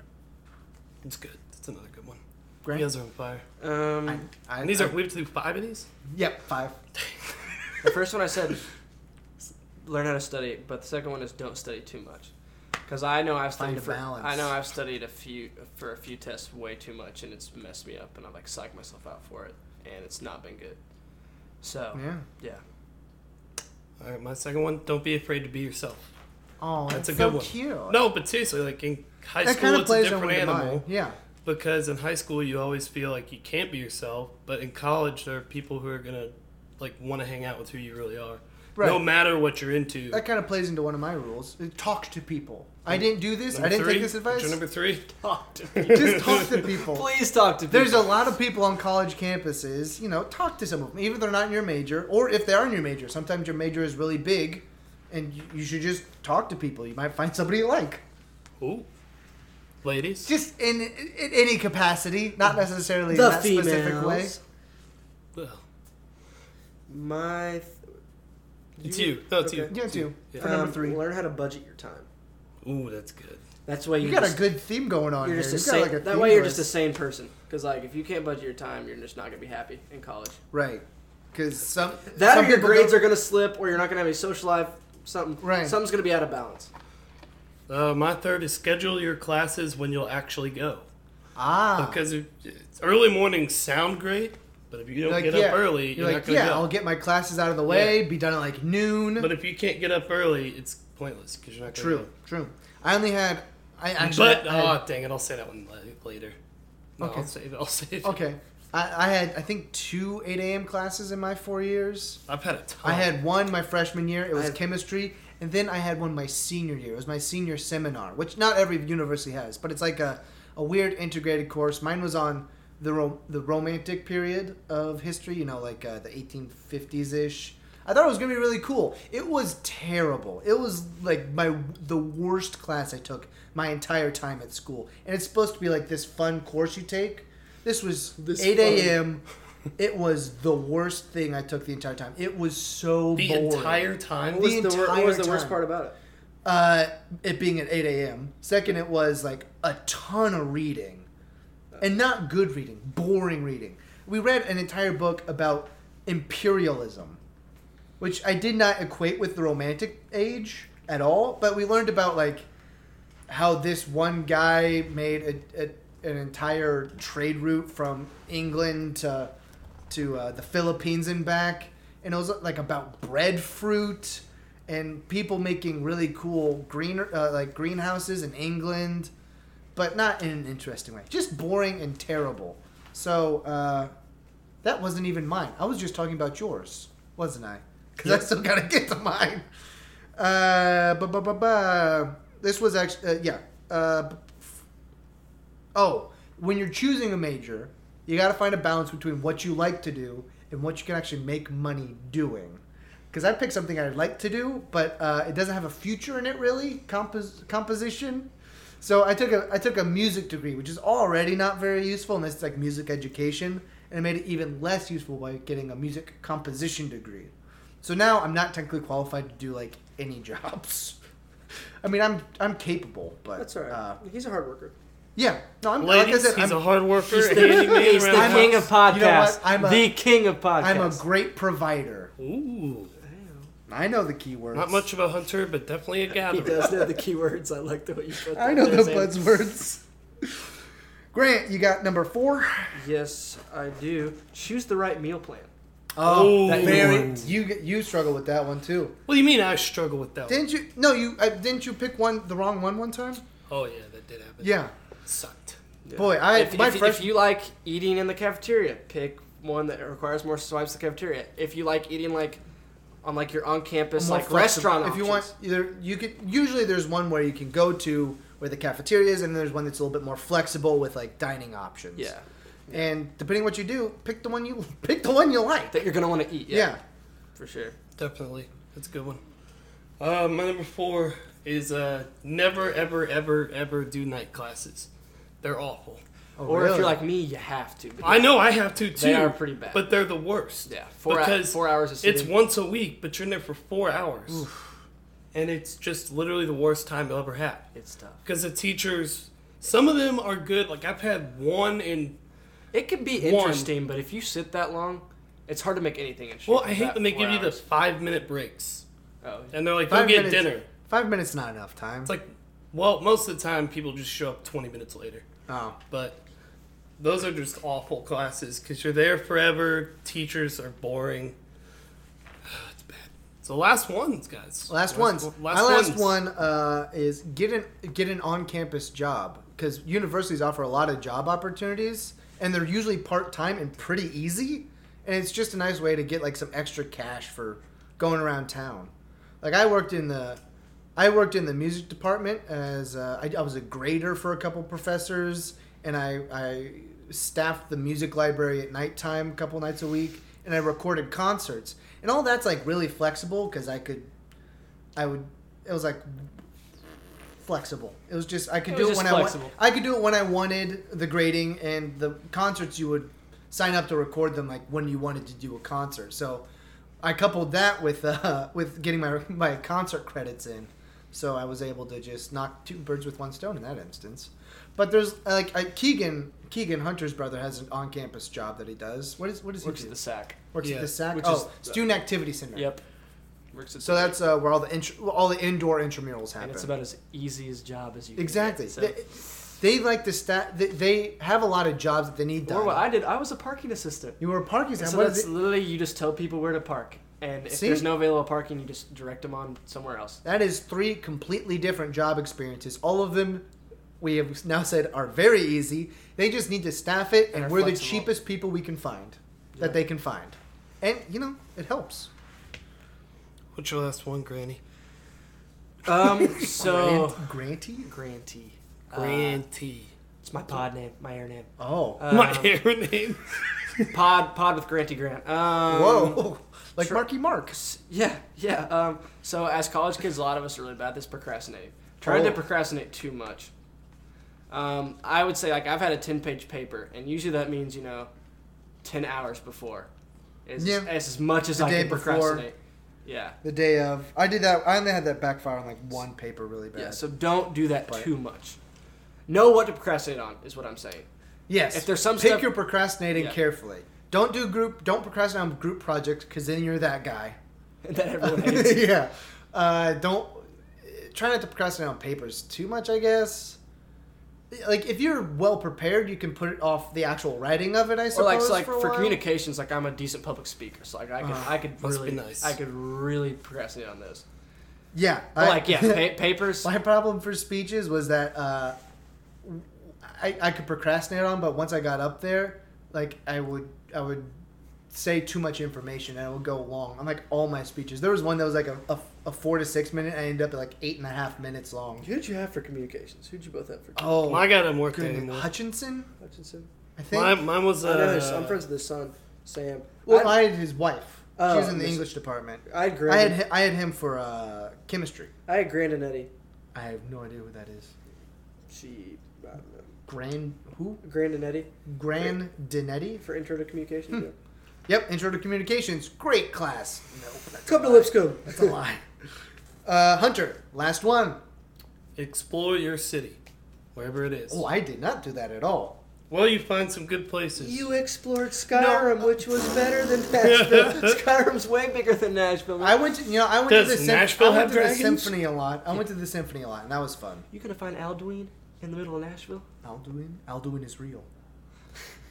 C: It's good. That's another good one.
A: Grant,
C: You guys are on fire.
B: Um,
A: I-
C: And these are
A: I-
C: we have to do five of these.
A: yep five.
B: the first one I said, learn how to study, but the second one is don't study too much. Because I know
F: Find
B: I've studied
F: a
B: for,
F: balance.
B: I know I've studied a few for a few tests way too much, and it's messed me up, and I like psyched myself out for it, and it's not been good.
C: Oh,
B: So
A: Yeah.
B: yeah.
C: All right, my second one. Don't be afraid to be yourself.
F: Oh,
C: That's
F: that's,
C: a good
F: so
C: one.
F: cute.
C: No, but seriously, like in high
A: That
C: school,
A: kind of
C: it's a
A: plays on
C: different
A: with the
C: animal
A: mind. Yeah.
C: because in high school you always feel like you can't be yourself. But in college, there are people who are gonna like want to hang out with who you really are,
A: Right.
C: no matter what you're into.
A: That kind of plays into one of my rules. Talk to people. I didn't do this. I didn't
C: three,
A: take this
C: what's
A: advice.
C: your number three.
B: Talk to people.
A: Just talk to people.
B: Please talk to people.
A: There's a lot of people on college campuses. You know, talk to some of them, even if they're not in your major, or if they are in your major. Sometimes your major is really big, and you- you should just talk to people. You might find somebody you like.
C: Ooh, ladies.
A: Just in, in any capacity, not necessarily
E: The
A: in that specific way.
E: females.
C: Ugh.
E: My. Th-
C: It's you. No, it's
E: okay.
A: Yeah, too. For
E: um,
A: number three,
E: learn how to budget your time.
C: you. Ooh, that's good.
E: That's why you
A: you got a
E: just-
A: good theme going on
E: You're
A: here.
E: just a
A: You've got,
E: sane,
A: like, a
E: that
A: theme
E: way you're
A: list.
E: just a sane person. Because like if you can't budget your time, you're just not gonna be happy in college.
A: right because some
E: That
A: some
E: or your
A: people
E: grades
A: go-
E: are gonna slip, or you're not gonna have any social life. Something.
A: Right.
E: Something's gonna be out of balance.
C: Uh, my third is schedule your classes when you'll actually go.
A: ah
C: Because if, it's early mornings sound great, but if you don't
A: like,
C: get
A: yeah.
C: up early, you're,
A: You're,
C: not
A: like,
C: going to
A: yeah,
C: go.
A: I'll get my classes out of the way, be done at like noon.
C: But if you can't get up early, it's pointless because you're not going to
A: true, true. I only had, I actually,
C: But,
A: I had-
C: oh, dang it, I'll say that one la- later. No,
A: Okay.
C: I'll save it. I'll save it.
A: okay, I, I had I think two 8 a.m. classes in my four years.
C: I've had a ton.
A: I had one my freshman year. It was
E: I've-
A: chemistry, and then I had one my senior year. It was my senior seminar, which not every university has, but it's like a, a weird integrated course. Mine was on the ro- the romantic period of history, you know, like uh, the 1850s ish. I thought it was gonna be really cool. It was terrible. It was like my the worst class I took my entire time at school, and it's supposed to be like this fun course you take. This was
E: This
A: 8
E: fun.
A: a.m. It was the worst thing I took the entire time. It was so
C: the
A: boring.
C: entire time.
A: The
E: What's the, wor- what
A: entire
E: was the worst
A: time.
E: part about it?
A: uh, it being at 8 a.m. Second, it was like a ton of reading, and not good reading, boring reading. We read an entire book about imperialism, which I did not equate with the Romantic Age at all. But we learned about like how this one guy made a, a, an entire trade route from England to to uh, the Philippines and back, and it was like about breadfruit and people making really cool green uh, like greenhouses in England, but not in an interesting way. Just boring and terrible. So uh, that wasn't even mine. I was just talking about yours, wasn't I? Because I still gotta get to mine. Uh, bu- bu- bu- bu- this was actually uh, yeah. Uh, b- f- oh, when you're choosing a major, you gotta find a balance between what you like to do and what you can actually make money doing. Because I picked something I'd like to do, but uh, it doesn't have a future in it really. Compos- composition. So I took a I took a music degree, which is already not very useful, and it's like music education, and it made it even less useful by getting a music composition degree. So now I'm not technically qualified to do like any jobs. I mean, I'm I'm capable, but
E: That's all right.
A: Uh,
E: He's a hard worker.
A: yeah, no, I'm like
C: Ladies,
A: I said,
C: he's
A: I'm,
C: a hard worker.
B: He's
C: and
B: the,
C: handyman
B: he's the
C: around the
B: king of podcasts.
A: you know what? I'm a-
B: the king of podcasts.
A: I'm a great provider.
C: house. Ooh,
A: I know the keywords.
C: not much of a hunter, but definitely a
E: He
C: gatherer.
E: does know the keywords. I like the way you put that.
A: I know the
E: there, Sam.
A: buzzwords. Grant, you got number four.
E: Yes, I do. Choose the right meal plan.
A: Oh,
C: Ooh.
A: that very. You you struggle with that one too.
C: What do you mean? I struggle with that. One?
A: Didn't you? No, you uh, didn't you pick one the wrong one one time?
C: Oh yeah, that did happen.
A: Yeah,
C: sucked.
A: boy, I
B: if,
A: my
B: if-
A: fresh.
B: if you like eating in the cafeteria, pick one that requires more swipes to the cafeteria. If you like eating like on like your on campus
A: more
B: like
A: flexible-
B: restaurant,
A: If you want, either you could. Usually, there's one where you can go to where the cafeteria is, and there's one that's a little bit more flexible with like dining options.
B: yeah,
A: And depending what you do, pick the one you pick the one you like.
B: that you're gonna want to eat. Yeah,
A: yeah.
B: for sure.
C: Definitely, that's a good one. Uh, my number four is uh, never, ever, ever, ever do night classes. They're awful.
A: Oh,
B: or if
A: really?
B: you're like me, you have to.
C: I know I have to too.
B: They are pretty bad.
C: but they're the worst.
B: yeah, four hou-
C: because
B: four hours of
C: It's
B: sitting.
C: once a week, but you're in there for four hours, and it's just literally the worst time you'll ever have.
B: It's tough.
C: Because the teachers, some of them are good. Like I've had one in.
B: It can be
C: One.
B: interesting, but if you sit that long, it's hard to make anything interesting.
C: Well, I
B: for
C: hate
B: that
C: when they
B: four
C: give you the
B: hours.
C: five minute breaks,
B: Oh,
C: and they're like, "Go
A: Five
C: get
A: minutes-
C: dinner."
A: Five minutes is not enough time.
C: It's like Well, most of the time people just show up 20 minutes later.
A: Oh.
C: But those are just awful classes because you're there forever. Teachers are boring. It's bad. So last ones, guys.
A: Last ones.
C: Last
A: My last
C: ones.
A: one uh, is get an get an on campus job because universities offer a lot of job opportunities and they're usually part time and pretty easy, and it's just a nice way to get like some extra cash for going around town. Like I worked in the. I worked in the music department as uh, I, I was a grader for a couple professors, and I, I staffed the music library at nighttime a couple nights a week, and I recorded concerts, and all that's like really flexible because I could I would. It was like flexible. It was just I could
B: It
A: do
B: was
A: it when
B: just
A: I
B: flexible.
A: wa- I could do it when I wanted the grading and the concerts. You would sign up to record them like when you wanted to do a concert. So I coupled that with uh, with getting my my concert credits in. So I was able to just knock two birds with one stone in that instance. But there's like I, Keegan Keegan Hunter's brother has an on campus job that he does. What is what does he
B: Works
A: do?
B: at the sack.
A: Works
C: Yeah,
A: at the SAC.
B: which
A: Oh,
B: is-
A: student activity center.
B: Yep. Works at
A: So that's uh, where all the int- all the indoor intramurals happen.
B: and it's about as easy as job as you can
A: exactly.
B: get, so-
A: They, they like the stat. They, they have a lot of jobs that they need done.
B: Or what I did, I was a parking assistant.
A: you were a parking
B: And
A: attendant.
B: so
A: What is
B: that's
A: it-
B: literally you just tell people where to park, and if
A: See?
B: there's no available parking, you just direct them on somewhere else.
A: That is three completely different job experiences. All of them, we have now said, are very easy. They just need to staff it, and,
B: And are
A: we're the
B: flexible.
A: cheapest people we can find that
B: Yeah.
A: they can find, and you know it helps.
C: What's your last one, Granny?
B: Um, so
A: Grant, grantee.
B: grantee, Uh,
C: Granty.
B: it's my pod name, my air name.
A: Oh,
B: Um,
C: My hair name.
B: pod pod with Granty Grant. Um,
A: whoa! Like
B: tr-
A: Marky Mark.
B: S- Yeah, yeah. Um, so as college kids, a lot of us are really bad at this procrastinating. Trying
A: Oh.
B: to procrastinate too much. Um, I would say like I've had a ten-page paper, and usually that means you know, ten hours before. Is
A: Yeah.
B: as, as much as
A: The
B: I
A: day
B: can
A: before.
B: procrastinate. Yeah.
A: The day of, I did that. I only had that backfire on like one paper, really bad.
B: Yeah. So don't do that
A: But-
B: too much. Know what to procrastinate on is what I'm saying.
A: Yes.
B: If there's some
A: pick
B: stuff-
A: your procrastinating
B: Yeah.
A: carefully. Don't do group. Don't procrastinate on group projects because then you're that guy.
B: that everyone hates.
A: yeah. Uh, don't try not to procrastinate on papers too much. I guess. Like if you're well prepared, you can put it off the actual writing of it. I suppose.
B: Or like, so like
A: for,
B: for,
A: a while. Oh,
B: communications, like I'm a decent public speaker, so like I could, I could
C: must be
B: really,
C: nice.
B: I could really procrastinate on those.
A: Yeah.
B: But like yeah, pa- papers.
A: My problem for speeches was that uh, I, I could procrastinate on, but once I got up there, like I would I would say too much information and it would go long. I'm like all my speeches. There was one that was like a, a, a four to six minute. I ended up at like eight and a half minutes long.
E: Who'd you have for communications? Who'd you both have for
A: Oh,
C: Well, I got him worth
A: goodness.
C: anymore.
A: Hutchinson,
E: Hutchinson?
A: I think.
C: Mine, mine was. Uh,
E: I know there's- I'm friends with his son, Sam.
A: well,
E: I,
A: I had his wife.
E: Oh,
A: she was in the
E: Miss-
A: English department.
E: I had
A: I had
E: Grandin.
A: hi- I had him for uh, chemistry.
E: I had Grandinetti.
A: I have no idea who that is.
E: She, I don't know.
A: Gran who?
E: Grandinetti
A: Gran Dinetti.
E: for intro to communications. yeah.
A: Yep, Intro to Communications. Great class. Nope, that's
E: Come to Lipscomb.
A: That's a lie. Uh, Hunter, last one.
C: Explore your city, wherever it is.
A: Oh, I did not do that at all.
C: Well, you find some good places.
E: You explored Skyrim, which was better than Nashville.
B: Skyrim's way bigger than Nashville.
A: I went to, you know, I went
C: Does
A: to the,
C: Nashville
A: I went
C: have
A: to the
C: dragons?
A: symphony a lot. I went to the symphony a lot, and that was fun.
B: you gonna find Alduin in the middle of Nashville?
A: Alduin? Alduin is real.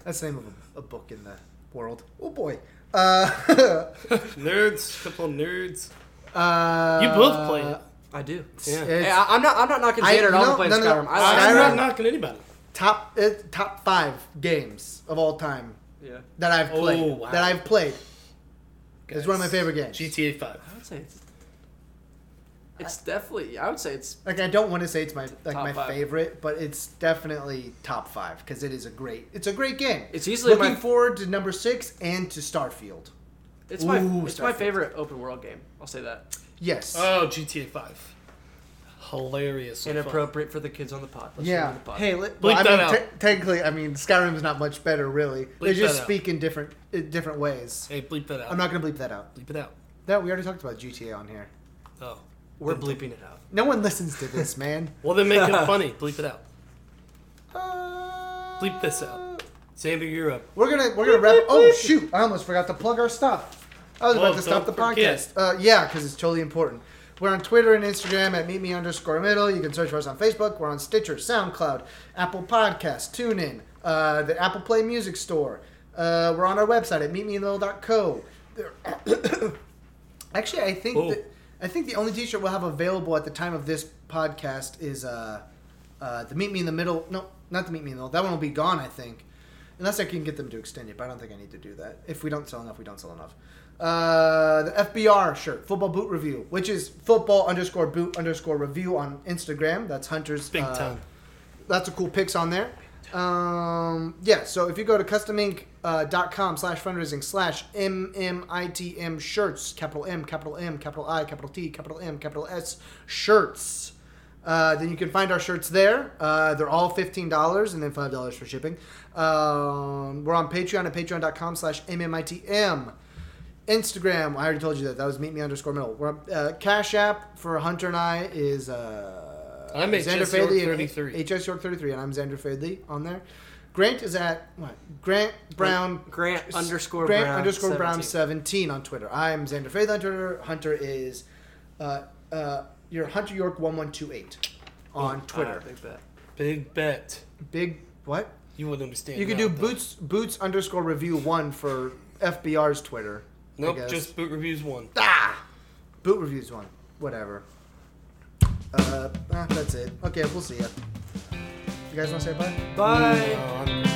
A: That's the name of a, a book in the world. Oh, boy. Uh,
C: nerds, couple nerds.
A: uh,
C: You both play it.
B: I do.
C: Yeah.
A: It's
B: Hey, I, am not. I'm not knocking
A: I-
B: Xander at all
A: no,
B: for playing
A: no, no,
B: Skyrim.
A: no.
B: I like
A: Skyrim-
C: I'm not knocking anybody.
A: top, uh, top five games of all time
B: Yeah.
A: that I've
C: Oh,
A: played.
C: wow.
A: That I've played. It's one of my
C: Guys,
A: favorite games.
C: GTA 5.
B: I would say it's. It's definitely. I would say it's.
A: like I don't want to say it's my like
B: Top
A: my
B: five.
A: favorite, but it's definitely top five because it is a great it's a great game.
B: It's easily
A: looking
B: my-
A: forward to number six and to Starfield.
B: It's my.
A: Ooh,
B: it's my
A: Starfield.
B: favorite open world game. I'll say that.
A: Yes,
C: Oh, GTA 5. Hilarious.
B: Inappropriate for the kids on the pod. Let's
A: yeah.
B: remove The pod.
A: Hey, let,
C: Bleep
A: well, I
C: that
A: mean,
C: out.
A: te- technically, I mean Skyrim's not much better, really. they
C: Bleep
A: just
C: that out.
A: speak in different in different ways.
C: Hey, bleep that out.
A: I'm not gonna bleep that out.
C: Bleep it out.
A: That we already talked about GTA on here.
C: Oh.
B: we're bleeping it out.
A: No one listens to this, man.
C: Well, then make it funny. Bleep it out.
A: Uh,
C: Bleep this out. Xander, you're up.
A: We're gonna we're gonna wrap. Oh shoot! I almost forgot to plug our stuff. I was
C: Well,
A: about to stop the
C: don't forget.
A: podcast. Uh, yeah, because it's totally important. We're on Twitter and Instagram at meet me underscore middle. You can search for us on Facebook. We're on Stitcher, SoundCloud, Apple Podcasts, TuneIn, uh, the Apple Play Music Store. Uh, we're on our website at meetmeinthemiddle.co. There- Actually, I think
C: Oh.
A: that, I think the only T-shirt we'll have available at the time of this podcast is uh, uh, the Meet Me in the Middle. No, not the Meet Me in the Middle. That one will be gone, I think, unless I can get them to extend it. But I don't think I need to do that. If we don't sell enough, we don't sell enough. Uh, the FBR shirt, football boot review, which is football underscore boot underscore review on Instagram. That's Hunter's
C: Big
A: uh,
C: time.
A: lots of cool pics on there. Um, yeah, so if you go to custominc.com slash fundraising slash MMITM shirts, capital M, capital M, capital I, capital T, capital M, capital S shirts, uh, then you can find our shirts there. Uh, they're all $15 and then $5 for shipping. Um, we're on Patreon at patreon.com slash MMITM. Instagram, I already told you that. That was meet me underscore middle. We're, uh, Cash App for Hunter and I is. Uh,
C: I'm
A: Xander
C: HS York
A: Fadley and
C: 33.
A: HS York 33, and I'm Xander Fadley on there. Grant is at what? Grant Brown.
B: Grant underscore
A: Grant
B: Brown
A: underscore Brown
B: 17.
A: 17 on Twitter. I'm Xander Fadley on Twitter. Hunter is uh, uh, your Hunter York 1128 on
B: Ah,
A: Twitter.
B: big bet.
C: Big bet.
A: Big what?
C: You wouldn't understand.
A: You could
C: now,
A: do
C: though.
A: boots boots underscore review one for FBR's Twitter. I
C: Nope,
A: guess.
C: just boot reviews one.
A: ah boot reviews one. Whatever. Uh, ah, that's it. Okay, we'll see ya. You guys want to say bye?
B: Bye.
C: No, I'm-